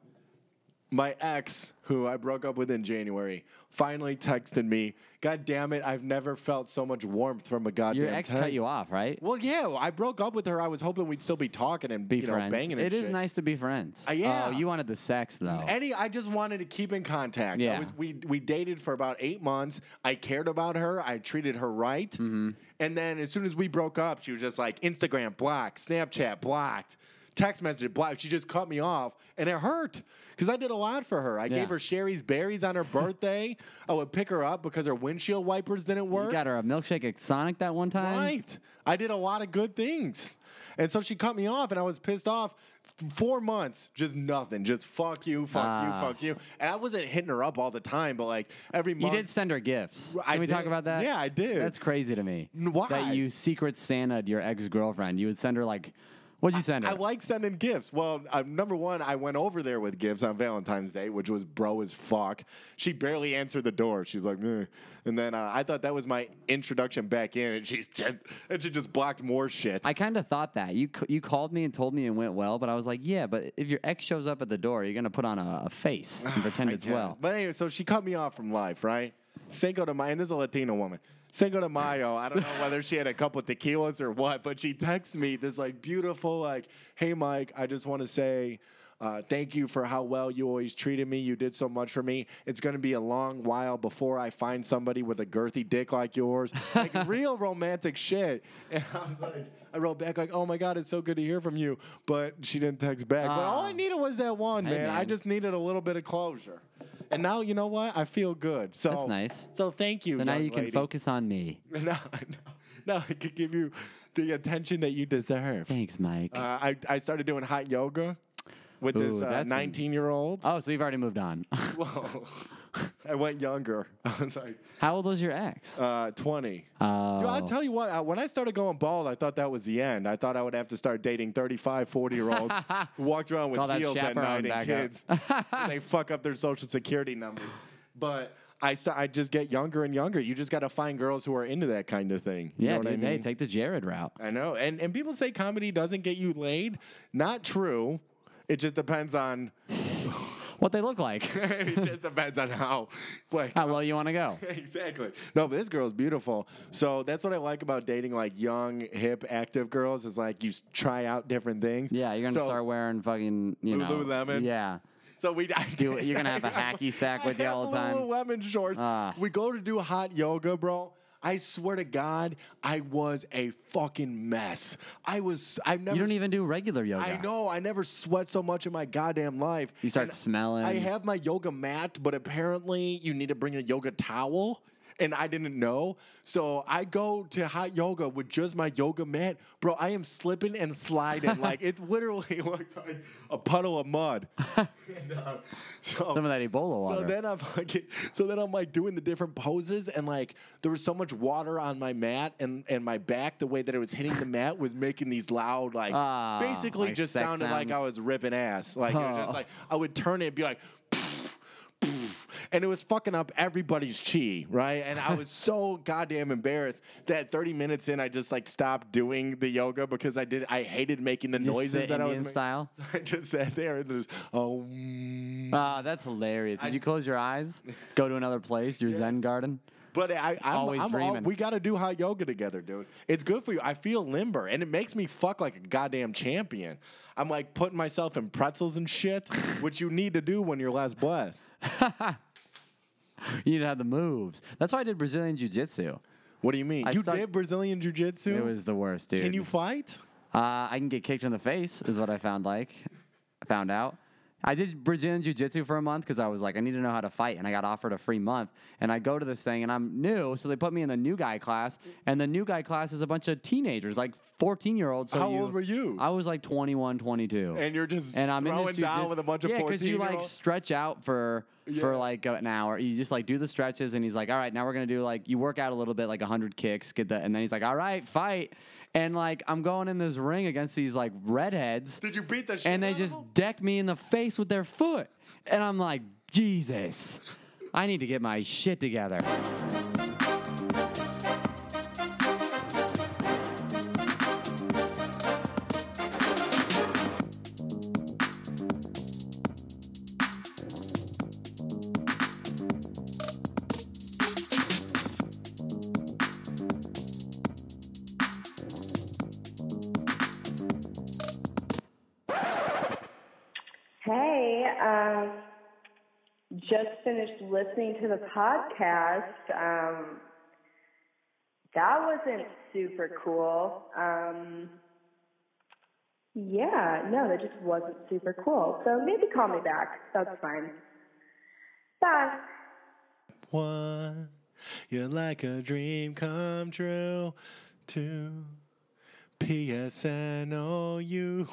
Speaker 4: My ex, who I broke up with in January, finally texted me. God damn it, I've never felt so much warmth from a goddamn
Speaker 5: Your ex cut you off, right?
Speaker 4: Well, yeah, well, I broke up with her. I was hoping we'd still be talking and
Speaker 5: Be
Speaker 4: you know,
Speaker 5: friends.
Speaker 4: banging. And
Speaker 5: It is
Speaker 4: shit.
Speaker 5: nice to be friends.
Speaker 4: Uh, yeah.
Speaker 5: Oh, you wanted the sex though.
Speaker 4: Any, I just wanted to keep in contact. I
Speaker 5: Yeah.
Speaker 4: was, we we dated for about eight months. I cared about her. I treated her right.
Speaker 5: Mm-hmm.
Speaker 4: And then as soon as we broke up, she was just like Instagram blocked, Snapchat blocked, text message blocked. She just cut me off, and it hurt because I did a lot for her. I
Speaker 5: Yeah.
Speaker 4: gave her Sherry's berries on her birthday. I would pick her up because her windshield wipers didn't work.
Speaker 5: You got her a milkshake at Sonic that one time.
Speaker 4: Right. I did a lot of good things. And so she cut me off and I was pissed off. F- Four months, just nothing. Just fuck you, fuck
Speaker 5: Ah.
Speaker 4: you, fuck you. And I wasn't hitting her up all the time, but like every
Speaker 5: You
Speaker 4: month.
Speaker 5: did send her gifts.
Speaker 4: I
Speaker 5: Can we talk
Speaker 4: did.
Speaker 5: about that?
Speaker 4: Yeah, I did.
Speaker 5: That's crazy to me.
Speaker 4: N- why?
Speaker 5: That you secret Santa'd your ex girlfriend. You would send her like, what'd you send her?
Speaker 4: I like sending gifts. Well, uh, number one, I went over there with gifts on Valentine's Day, which was bro as fuck. She barely answered the door. She's like, "Eh." and then uh, I thought that was my introduction back in, and she's just, and she just blocked more shit.
Speaker 5: I kind of thought that you c- you called me and told me it went well, but I was like, yeah, but if your ex shows up at the door, you're gonna put on a, a face and pretend
Speaker 4: I
Speaker 5: it's
Speaker 4: guess.
Speaker 5: well.
Speaker 4: But anyway, so she cut me off from life, right? Cinco de Mayo, and this is a Latino woman. Cinco de Mayo, I don't know whether she had a couple of tequilas or what, but she texts me this like beautiful, like, hey, Mike, I just want to say uh, thank you for how well you always treated me. You did so much for me. It's going to be a long while before I find somebody with a girthy dick like yours. Like, real romantic shit. And I was like, I wrote back, like, oh my God, it's so good to hear from you. But she didn't text back. but all
Speaker 5: Ah.
Speaker 4: I needed was that one,
Speaker 5: Hey,
Speaker 4: man. I
Speaker 5: man.
Speaker 4: just needed a little bit of closure. And now you know what? I feel good. So
Speaker 5: That's nice.
Speaker 4: So thank you.
Speaker 5: So now
Speaker 4: young
Speaker 5: you can
Speaker 4: lady.
Speaker 5: focus on me.
Speaker 4: Now, now I could give you the attention that you deserve. Uh,
Speaker 5: Thanks, Mike.
Speaker 4: I I started doing hot yoga with this
Speaker 5: Ooh,
Speaker 4: uh,
Speaker 5: that's a-
Speaker 4: 19 year old.
Speaker 5: oh, so you've already moved on.
Speaker 4: Whoa. I went younger. I was like
Speaker 5: How old was your ex?
Speaker 4: uh, 20. Dude, I'll
Speaker 5: Oh.
Speaker 4: tell you what, I, when I started going bald, I thought that was the end. I thought I would have to start dating 35, 40 year olds who walked around with
Speaker 5: Call that
Speaker 4: heels at night
Speaker 5: chaperone
Speaker 4: and
Speaker 5: back
Speaker 4: kids. and they fuck up their social security numbers. But I, s- I just get younger and younger. You just got to find girls who are into that kind of thing. You
Speaker 5: yeah,
Speaker 4: know what
Speaker 5: dude,
Speaker 4: I mean?
Speaker 5: hey, take the Jared route.
Speaker 4: I know. And, and people say comedy doesn't get you laid. Not true. It just depends on
Speaker 5: What they look like.
Speaker 4: it just depends on how like
Speaker 5: How low you want to go.
Speaker 4: exactly. No, but this girl's beautiful. So that's what I like about dating like young, hip, active girls is like you s- try out different things.
Speaker 5: Yeah, you're gonna
Speaker 4: So-
Speaker 5: start wearing fucking you know
Speaker 4: Lululemon.
Speaker 5: Yeah,
Speaker 4: So we I
Speaker 5: Do it.
Speaker 4: did-
Speaker 5: You're gonna have a hacky sack
Speaker 4: I
Speaker 5: with you
Speaker 4: have
Speaker 5: all the time.
Speaker 4: Lululemon shorts.
Speaker 5: Ah.
Speaker 4: We go to do hot yoga, bro. I swear to God, I was a fucking mess. I was. I've never.
Speaker 5: you don't
Speaker 4: s-
Speaker 5: even do regular yoga.
Speaker 4: I know. I never sweat so much in my goddamn life.
Speaker 5: You start
Speaker 4: And
Speaker 5: smelling.
Speaker 4: I have my yoga mat, but apparently you need to bring a yoga towel. And I didn't know. So I go to hot yoga with just my yoga mat. Bro, I am slipping and sliding. like it literally looked like a puddle of mud. And, uh, so-
Speaker 5: some of that Ebola water.
Speaker 4: so then I'm like, so then I'm like doing the different poses, and like there was so much water on my mat and and my back. The way that it was hitting the mat was making these loud, like
Speaker 5: Ah,
Speaker 4: basically
Speaker 5: like
Speaker 4: just
Speaker 5: sex
Speaker 4: sounded like I
Speaker 5: sounds. Oh.
Speaker 4: was ripping ass. Like it was
Speaker 5: Huh.
Speaker 4: just like I would turn it and be like. and it was fucking up everybody's chi, right? And I was so goddamn embarrassed that 30 minutes in, I just like stopped doing the yoga because I did. I hated making the
Speaker 5: Just
Speaker 4: noises
Speaker 5: the
Speaker 4: that I
Speaker 5: Indian
Speaker 4: was making.
Speaker 5: style.
Speaker 4: I just sat there and just oh. mm.
Speaker 5: Ah, that's hilarious. Did you close your eyes? Go to another place, your Zen garden?
Speaker 4: But I, I'm,
Speaker 5: Always
Speaker 4: I'm all-
Speaker 5: dreaming.
Speaker 4: we got to do hot yoga together, dude. It's good for you. I feel limber, and it makes me fuck like a goddamn champion. I'm like putting myself in pretzels and shit, which you need to do when you're less blessed.
Speaker 5: You need to have the moves. That's why I did Brazilian Jiu Jitsu.
Speaker 4: What do you mean?
Speaker 5: I
Speaker 4: you
Speaker 5: stuck-
Speaker 4: did Brazilian jiu jitsu.
Speaker 5: It was the worst, dude.
Speaker 4: Mm. Can you fight?
Speaker 5: Uh, I can get kicked in the face, is what I found like. I found out. I did Brazilian Jiu Jitsu for a month because I was like, I need to know how to fight. And I got offered a free month. And I go to this thing and I'm new. So they put me in the new guy class. And the new guy class is a bunch of teenagers, like 14 year olds. So
Speaker 4: How old were you?
Speaker 5: I was like 21, 22.
Speaker 4: And you're just
Speaker 5: and I'm in
Speaker 4: throwing
Speaker 5: this
Speaker 4: down
Speaker 5: jujitsu-
Speaker 4: with a bunch of
Speaker 5: yeah, because you like
Speaker 4: 14-year-olds?
Speaker 5: stretch out for for
Speaker 4: Yeah.
Speaker 5: like an hour. You just like do the stretches, and he's like, "All right, now we're gonna do like you work out a little bit, like hundred kicks, get that." And then he's like, "All right, fight." And like I'm going in this ring against these like redheads,
Speaker 4: Did you beat the shit?
Speaker 5: and they
Speaker 4: out of
Speaker 5: just
Speaker 4: them?
Speaker 5: deck me in the face with their foot, and I'm like, Jesus. I need to get my shit together.
Speaker 6: Hey, um, just finished listening to the podcast. Um, that wasn't super cool. Um, yeah, no, that just wasn't super cool. So maybe call me back. That's fine. Bye.
Speaker 4: One, you're like a dream come true. Two, PSNOU.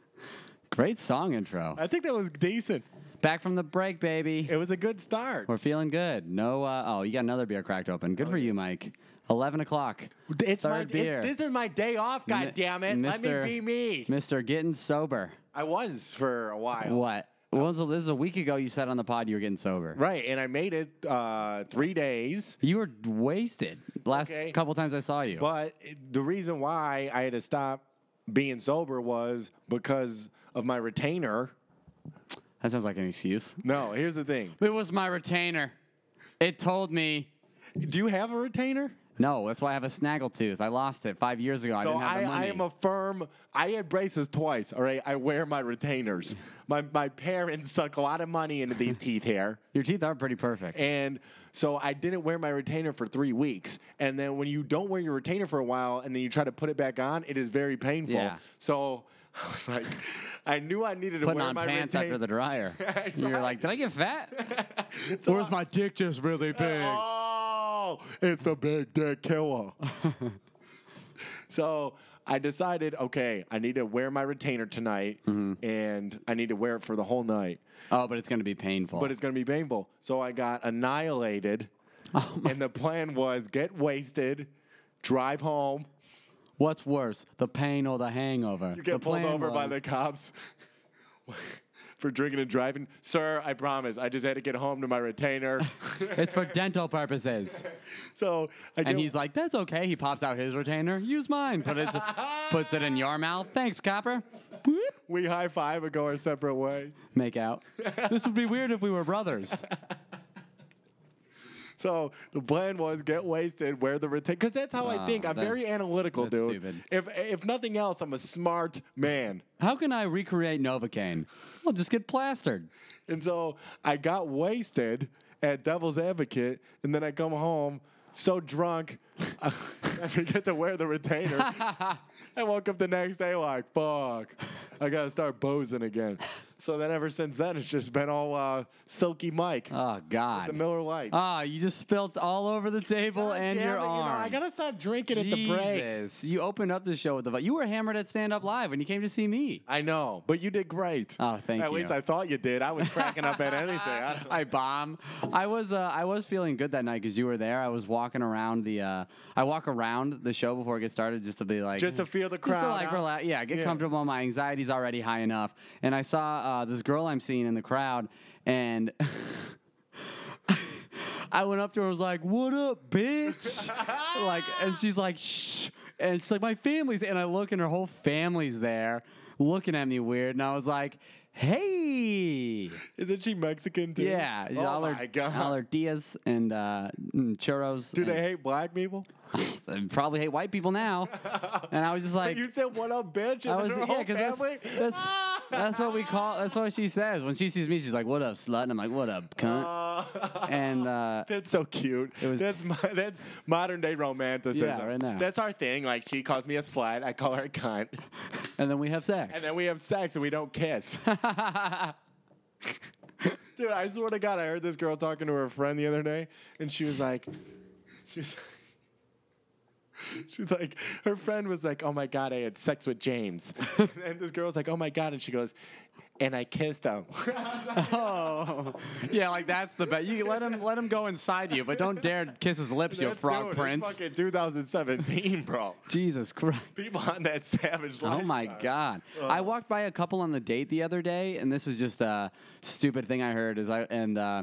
Speaker 5: Great song intro.
Speaker 4: I think that was decent.
Speaker 5: Back from the break, baby.
Speaker 4: It was a good start.
Speaker 5: We're feeling good. No, uh, oh, you got another beer cracked open. Good for you, Mike. Eleven o'clock.
Speaker 4: Oh, It's my
Speaker 5: Third beer.
Speaker 4: It, this is my day off. God damn it! Let me be me.
Speaker 5: Mister getting sober.
Speaker 4: I was for a while.
Speaker 5: What? When was the- this is a week ago. You said on the pod you were getting sober.
Speaker 4: Right, and I made it uh, three days.
Speaker 5: You were wasted last
Speaker 4: Okay.
Speaker 5: couple times I saw you.
Speaker 4: But the reason why I had to stop being sober was because of my retainer.
Speaker 5: that sounds like an excuse.
Speaker 4: No, here's the thing.
Speaker 5: It was my retainer. It told me.
Speaker 4: Do you have a retainer?
Speaker 5: No, that's why I have a snaggle tooth. I lost it five years ago. I
Speaker 4: So
Speaker 5: didn't have
Speaker 4: I,
Speaker 5: the money.
Speaker 4: I am a firm. I had braces twice. All right, I wear my retainers. My my parents suck a lot of money into these teeth hair.
Speaker 5: Your teeth are pretty perfect.
Speaker 4: And so I didn't wear my retainer for three weeks. And then when you don't wear your retainer for a while and then you try to put it back on, it is very painful.
Speaker 5: Yeah.
Speaker 4: So I was like, I knew I needed to
Speaker 5: Putting
Speaker 4: wear
Speaker 5: on
Speaker 4: my
Speaker 5: pants
Speaker 4: retainer.
Speaker 5: after the dryer. You're like, did I get fat?
Speaker 4: It's
Speaker 5: Or is
Speaker 4: a-
Speaker 5: my dick just really big?
Speaker 4: Oh, it's a big dick killer. so I decided, okay, I need to wear my retainer tonight
Speaker 5: Mm-hmm.
Speaker 4: and I need to wear it for the whole night.
Speaker 5: Oh, but it's going to be painful.
Speaker 4: but it's going to be painful. So I got annihilated.
Speaker 5: Oh
Speaker 4: and the plan was get wasted, drive home.
Speaker 5: What's worse, the pain or the hangover?
Speaker 4: You get pulled over by the cops for drinking and driving. Sir, I promise. I just had to get home to my retainer.
Speaker 5: It's for dental purposes.
Speaker 4: so I
Speaker 5: And
Speaker 4: do-
Speaker 5: he's like, "That's okay." He pops out his retainer. Use mine. Put it, puts it in your mouth. Thanks, copper. Boop.
Speaker 4: we high five and go our separate way.
Speaker 5: Make out. This would be weird if we were brothers.
Speaker 4: So the plan was get wasted, wear the retainer, because that's how I
Speaker 5: Wow,
Speaker 4: think. I'm
Speaker 5: that-
Speaker 4: very analytical,
Speaker 5: that's
Speaker 4: dude.
Speaker 5: stupid.
Speaker 4: If if nothing else, I'm a smart man.
Speaker 5: How can I recreate Novocaine? I'll just get plastered.
Speaker 4: And so I got wasted at Devil's Advocate, and then I come home so drunk, I forget to wear the retainer. I woke up the next day like, fuck, I gotta start boozing again. So then ever since then, it's just been all uh, Silky Mike,
Speaker 5: Oh
Speaker 4: the
Speaker 5: God.
Speaker 4: Miller Lite.
Speaker 5: Ah, you just spilt all over the table
Speaker 4: God
Speaker 5: and
Speaker 4: damn
Speaker 5: your
Speaker 4: it, you know,
Speaker 5: arm.
Speaker 4: I gotta stop drinking at the break.
Speaker 5: Jesus, you opened up the show with the. You were hammered at Stand Up Live when you came to see me.
Speaker 4: I know, but you did great.
Speaker 5: Oh, thank
Speaker 4: at
Speaker 5: you.
Speaker 4: At least I thought you did. I was cracking up at anything. I don't-
Speaker 5: I bomb. I was uh, I was feeling good that night because you were there. I was walking around the. Uh, I walk around the show before it gets started just to be like
Speaker 4: Just to feel the
Speaker 5: Just to
Speaker 4: crowd
Speaker 5: like
Speaker 4: out.
Speaker 5: relax. Yeah, get
Speaker 4: Yeah.
Speaker 5: comfortable. My anxiety's already high enough, and I saw uh, this girl I'm seeing in the crowd, and. I went up to her and was like, "What up, bitch?" like, and she's like, "Shh," and she's like, "My family's," and I look, and her whole family's there, looking at me weird, and I was like, "Hey."
Speaker 4: Isn't she Mexican too?
Speaker 5: Yeah,
Speaker 4: Oh
Speaker 5: all their-
Speaker 4: my god.
Speaker 5: all their Diaz and uh, mm, churros.
Speaker 4: Do they hate black people?
Speaker 5: hate? probably hate white people now. and I was just like,
Speaker 4: you said what up, bitch? And
Speaker 5: I
Speaker 4: I
Speaker 5: was
Speaker 4: her
Speaker 5: yeah,
Speaker 4: whole
Speaker 5: because that's
Speaker 4: family.
Speaker 5: that's, that's what we call. That's what she says when she sees me. She's like, "What up, slut?" And I'm like, "What up, cunt?"
Speaker 4: Uh,
Speaker 5: and uh,
Speaker 4: That's so cute.
Speaker 5: It was-
Speaker 4: that's my, that's modern day romanticism.
Speaker 5: Yeah, right now.
Speaker 4: That's our thing. Like she calls me a slut, I call her a cunt,
Speaker 5: and then we have sex.
Speaker 4: and then we have sex and we don't kiss. Dude, I swear to God, I heard this girl talking to her friend the other day, and she was like, she's. She's like, her friend was like, "Oh my god, I had sex with James," and this girl's like, "Oh my god," and she goes, "And I kissed him."
Speaker 5: oh, yeah, like that's the best. You let him let him go inside you, but don't dare kiss his lips, you
Speaker 4: That's- dude,
Speaker 5: frog
Speaker 4: it's
Speaker 5: prince.
Speaker 4: fucking 2017, bro.
Speaker 5: Jesus Christ.
Speaker 4: People on that savage.
Speaker 5: Oh my
Speaker 4: lifestyle.
Speaker 5: God! I walked by a couple on the date the other day, and this is just a stupid thing I heard. Is I and uh,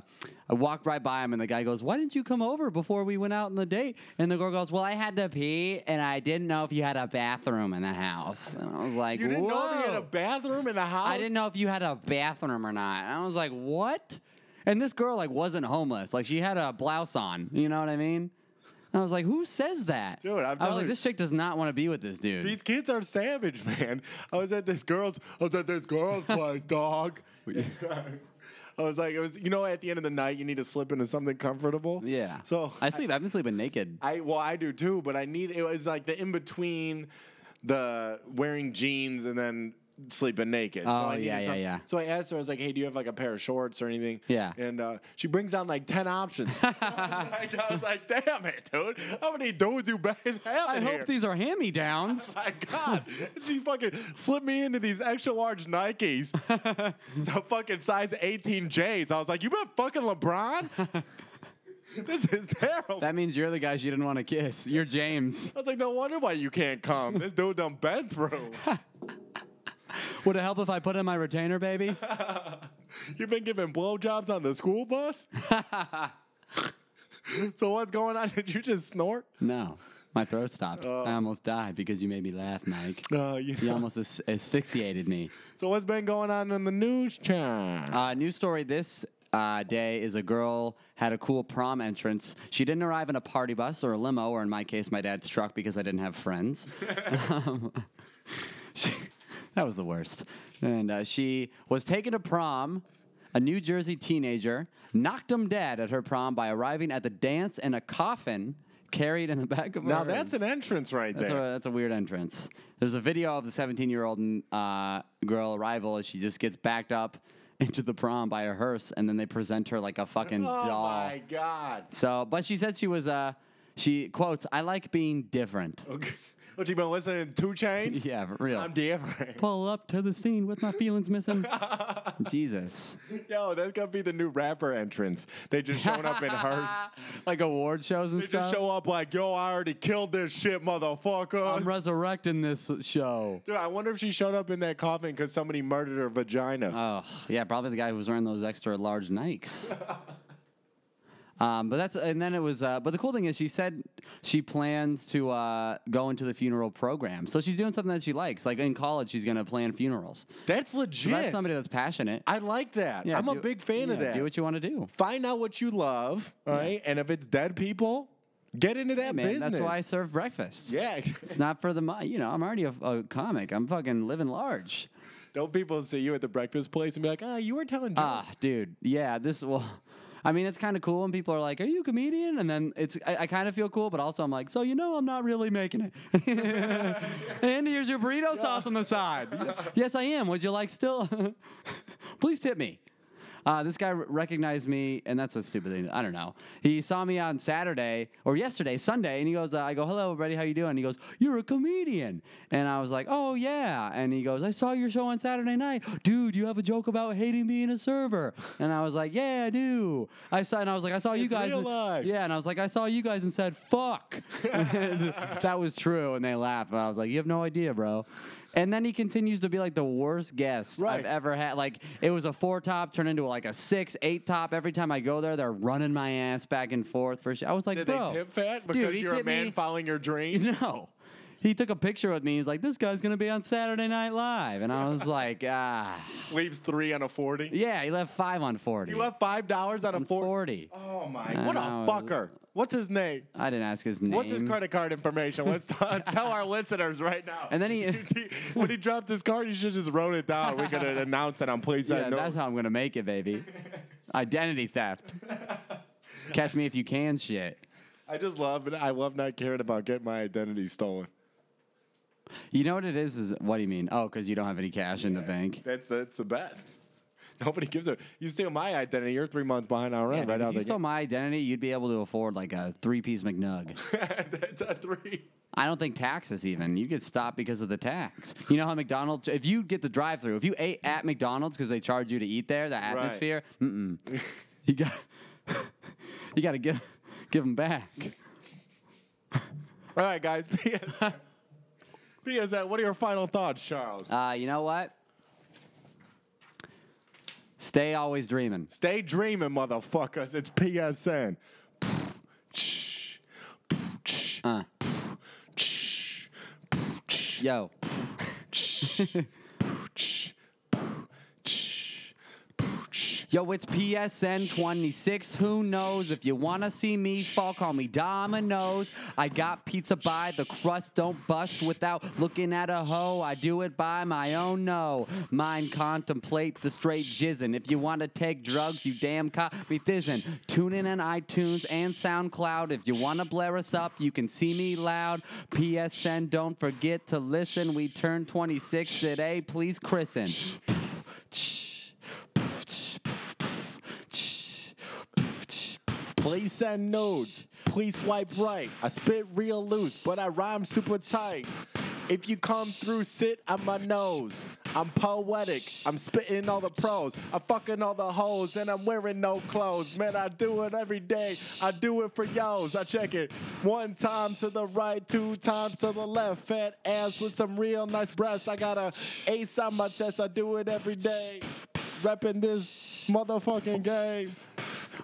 Speaker 5: I walked right by him, and the guy goes, "Why didn't you come over before we went out on the date?" And the girl goes, "Well, I had to pee, and I didn't know if you had a bathroom in the house." And I was like,
Speaker 4: You didn't
Speaker 5: Whoa.
Speaker 4: know they had a bathroom in the house.
Speaker 5: I didn't know if you had a bathroom or not." And I was like, "What?" And this girl like wasn't homeless; like she had a blouse on. You know what I mean? And I was like, "Who says that?"
Speaker 4: Dude, I'm
Speaker 5: I was
Speaker 4: telling
Speaker 5: like,
Speaker 4: you.
Speaker 5: "This chick does not want to be with this dude."
Speaker 4: These kids are savage, man. I was at this girl's. I was at this girl's place, dog. I was like, it was. You know, at the end of the night, you need to slip into something comfortable.
Speaker 5: yeah.
Speaker 4: So
Speaker 5: I sleep. I've been sleeping naked.
Speaker 4: I well, I do too, but I need it was like the in between the wearing jeans and then sleeping naked.
Speaker 5: Oh,
Speaker 4: I needed
Speaker 5: yeah, yeah,
Speaker 4: some-
Speaker 5: yeah.
Speaker 4: So I asked her, I was like, "Hey, do you have like a pair of shorts or anything?"
Speaker 5: Yeah.
Speaker 4: And uh, she brings down like ten options. I was like, "Damn it, dude! How many dudes you been having
Speaker 5: I
Speaker 4: here?
Speaker 5: hope these are hand me downs.
Speaker 4: My God, she fucking slipped me into these extra large Nikes, the fucking size 18Js. I was like, you been fucking LeBron? this is terrible.
Speaker 5: That means you're the guy she didn't want to kiss. You're James.
Speaker 4: I was like, no wonder why you can't come. This dude done been through.
Speaker 5: Would it help if I put in my retainer, baby?
Speaker 4: You've been giving blowjobs on the school bus? so what's going on? Did you just snort?
Speaker 5: No. My throat stopped. I almost died because you made me laugh, Mike.
Speaker 4: Uh, you
Speaker 5: You
Speaker 4: know.
Speaker 5: almost as- asphyxiated me.
Speaker 4: So what's been going on in the news, Chan?
Speaker 5: Uh, news story this uh, day is a girl had a cool prom entrance. She didn't arrive in a party bus or a limo, or in my case, my dad's truck because I didn't have friends. Um, she, that was the worst. And uh, she was taken to prom. A New Jersey teenager knocked him dead at her prom by arriving at the dance in a coffin carried in the back of her.
Speaker 4: Now that's
Speaker 5: hearse.
Speaker 4: an entrance right
Speaker 5: That's a,
Speaker 4: there.
Speaker 5: that's a weird entrance. There's a video of the 17 year old uh, girl arrival as she just gets backed up into the prom by a hearse, and then they present her like a fucking
Speaker 4: oh
Speaker 5: doll.
Speaker 4: my God.
Speaker 5: So, but she said she was uh, she quotes, "I like being different."
Speaker 4: Okay. What you been listening to? Two Chains?
Speaker 5: Yeah, for real.
Speaker 4: Oh, I'm different.
Speaker 5: Pull up to the scene with my feelings missing. Jesus,
Speaker 4: Yo, that's gonna be the new rapper entrance. They just showing up in hearse.
Speaker 5: like award shows and
Speaker 4: They
Speaker 5: stuff.
Speaker 4: just show up like, yo, I already killed this shit, motherfucker.
Speaker 5: I'm resurrecting this show.
Speaker 4: Dude, I wonder if she showed up in that coffin because somebody murdered her vagina.
Speaker 5: Oh, yeah, probably the guy who was wearing those extra large Nikes. um, but that's and then it was. Uh, but the cool thing is, she said she plans to uh, go into the funeral program, so she's doing something that she likes. Like in college, she's gonna plan funerals.
Speaker 4: that's
Speaker 5: So
Speaker 4: legit.
Speaker 5: That's somebody that's passionate.
Speaker 4: I like that. I'm a
Speaker 5: do-
Speaker 4: big fan of
Speaker 5: yeah,
Speaker 4: that.
Speaker 5: Do what you want to do.
Speaker 4: Find out what you love, all right? And if it's dead people, get into that
Speaker 5: Hey, man,
Speaker 4: business.
Speaker 5: that's why I serve breakfast.
Speaker 4: Yeah.
Speaker 5: It's not for the money. You know, I'm already a, a comic. I'm fucking living large.
Speaker 4: Don't people see you at the breakfast place and be like, ah, you were telling jokes.
Speaker 5: Ah, dude. Yeah, this well I mean, it's kind of cool, and people are like, "Are you a comedian?" And then it's I, I kind of feel cool, but also I'm like, "So you know, I'm not really making it." and here's your burrito sauce on the side. yes, I am. Would you like still? Please tip me. Uh, this guy r- recognized me, and that's a stupid thing. I don't know. He saw me on Saturday or yesterday, Sunday, and he goes, uh, "I go, hello, everybody, how you doing?" He goes, "You're a comedian," and I was like, "Oh yeah," and he goes, "I saw your show on Saturday night, dude. You have a joke about hating being a server," and I was like, "Yeah, I do." I saw, and I was like, "I saw you
Speaker 4: It's
Speaker 5: guys."
Speaker 4: real
Speaker 5: and-
Speaker 4: life.
Speaker 5: Yeah, and I was like, "I saw you guys," and said, "Fuck," And that was true, and they laughed. But I was like, "You have no idea, bro." And then he continues to be like the worst guest
Speaker 4: Right.
Speaker 5: I've ever had. Like it was a four top turned into like a six, eight top. Every time I go there, they're running my ass back and forth for shit. I was like,
Speaker 4: Did
Speaker 5: bro,
Speaker 4: they tip fat
Speaker 5: dude,
Speaker 4: because
Speaker 5: he
Speaker 4: you're a
Speaker 5: tipped
Speaker 4: man
Speaker 5: me-
Speaker 4: following your dream?
Speaker 5: no. He took a picture with me. He was like, "This guy's gonna be on Saturday Night Live," and I was like, "Ah,
Speaker 4: Leaves three on a forty.
Speaker 5: yeah." He left five on forty.
Speaker 4: You left five dollars on a
Speaker 5: on
Speaker 4: forty.
Speaker 5: forty.
Speaker 4: Oh my!
Speaker 5: I
Speaker 4: What a
Speaker 5: know.
Speaker 4: fucker! What's his name?
Speaker 5: I didn't ask his name.
Speaker 4: What's his credit card information? Let's, t- let's tell our listeners right now.
Speaker 5: And then he-
Speaker 4: You d- when he dropped his card, you should just wrote it down. We could have announced it on Please
Speaker 5: Yeah,
Speaker 4: That Note.
Speaker 5: that's how I'm gonna make it, baby. Identity theft. Catch me if you can, shit.
Speaker 4: I just love it. I love not caring about getting my identity stolen.
Speaker 5: You know what it is? Is what do you mean? Oh, because you don't have any cash in the bank.
Speaker 4: That's that's the best. Nobody gives a. You steal my identity, you're three months behind on
Speaker 5: Yeah,
Speaker 4: rent. right
Speaker 5: if
Speaker 4: out
Speaker 5: you
Speaker 4: the
Speaker 5: stole
Speaker 4: gate.
Speaker 5: my identity, you'd be able to afford like a three-piece McNug.
Speaker 4: that's a three.
Speaker 5: I don't think taxes even. You get stopped because of the tax. You know how McDonald's, if you get the drive through, if you ate at McDonald's because they charge you to eat there, the atmosphere, mm-mm. you got you got to give give them back.
Speaker 4: All right, guys. PS, PSN, what are your final thoughts, Charles?
Speaker 5: Uh, you know what? Stay always dreaming.
Speaker 4: Stay dreaming, motherfuckers. It's PSN.
Speaker 5: Uh. Yo, yo, it's PSN 26. Who knows? If you want to see me fall, call me Domino's. I got pizza by the crust. Don't bust without looking at a hoe. I do it by my own no. Mine contemplate the straight jizzin'. If you want to take drugs, you damn cop me thizzin'. Tune in on iTunes and SoundCloud. If you want to blare us up, you can see me loud. PSN, don't forget to listen. We turn 26 today. Please christen.
Speaker 4: Please send nudes. Please swipe right. I spit real loose, but I rhyme super tight. If you come through, sit on my nose. I'm poetic. I'm spitting all the pros. I'm fucking all the hoes, and I'm wearing no clothes. Man, I do it every day. I do it for yo's. I check it one time to the right, two times to the left. Fat ass with some real nice breasts. I got a ace on my chest. I do it every day. Repping this motherfucking game.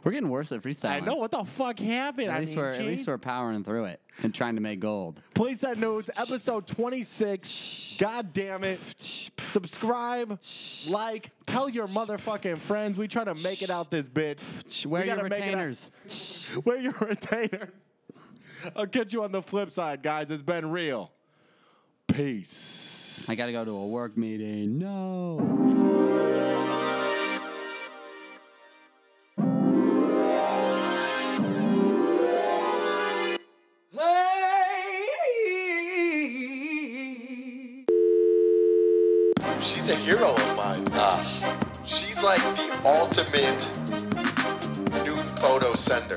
Speaker 5: We're getting worse at freestyling.
Speaker 4: I know what the fuck happened.
Speaker 5: At
Speaker 4: I
Speaker 5: least,
Speaker 4: mean,
Speaker 5: we're, at least
Speaker 4: Gene.
Speaker 5: we're powering through it and trying to make gold.
Speaker 4: Police that news episode 26. God damn it. Subscribe, like, tell your motherfucking friends. We try to make it out this bitch.
Speaker 5: Wear your
Speaker 4: gotta make it up.
Speaker 5: retainers.
Speaker 4: Wear your retainers. I'll catch you on the flip side, guys. It's been real. Peace.
Speaker 5: I got to go to a work meeting. No.
Speaker 3: Hey.
Speaker 1: She's a hero of mine.
Speaker 2: Uh,
Speaker 1: She's like the ultimate nude photo sender.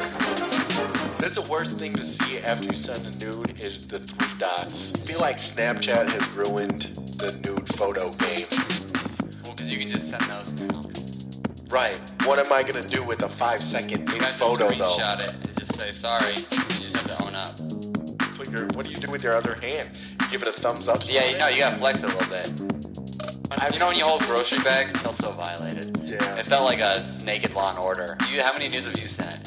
Speaker 1: That's the worst thing to see after you send a nude is the three dots. I feel like Snapchat has ruined the nude photo game.
Speaker 2: well, because you can just send those now.
Speaker 1: Right. What am I gonna do with a five second
Speaker 2: You
Speaker 1: nude
Speaker 2: guys
Speaker 1: photo
Speaker 2: just
Speaker 1: though?
Speaker 2: screenshot it and just say sorry. You just have to own up.
Speaker 1: Put your- what do you do with your other hand? Give it a thumbs up.
Speaker 2: Yeah, you know, you gotta flex it a little bit. When- You know, when you hold grocery bags, it felt so violated.
Speaker 1: Yeah.
Speaker 2: It felt like a naked Law and Order. You, how many news have you sent?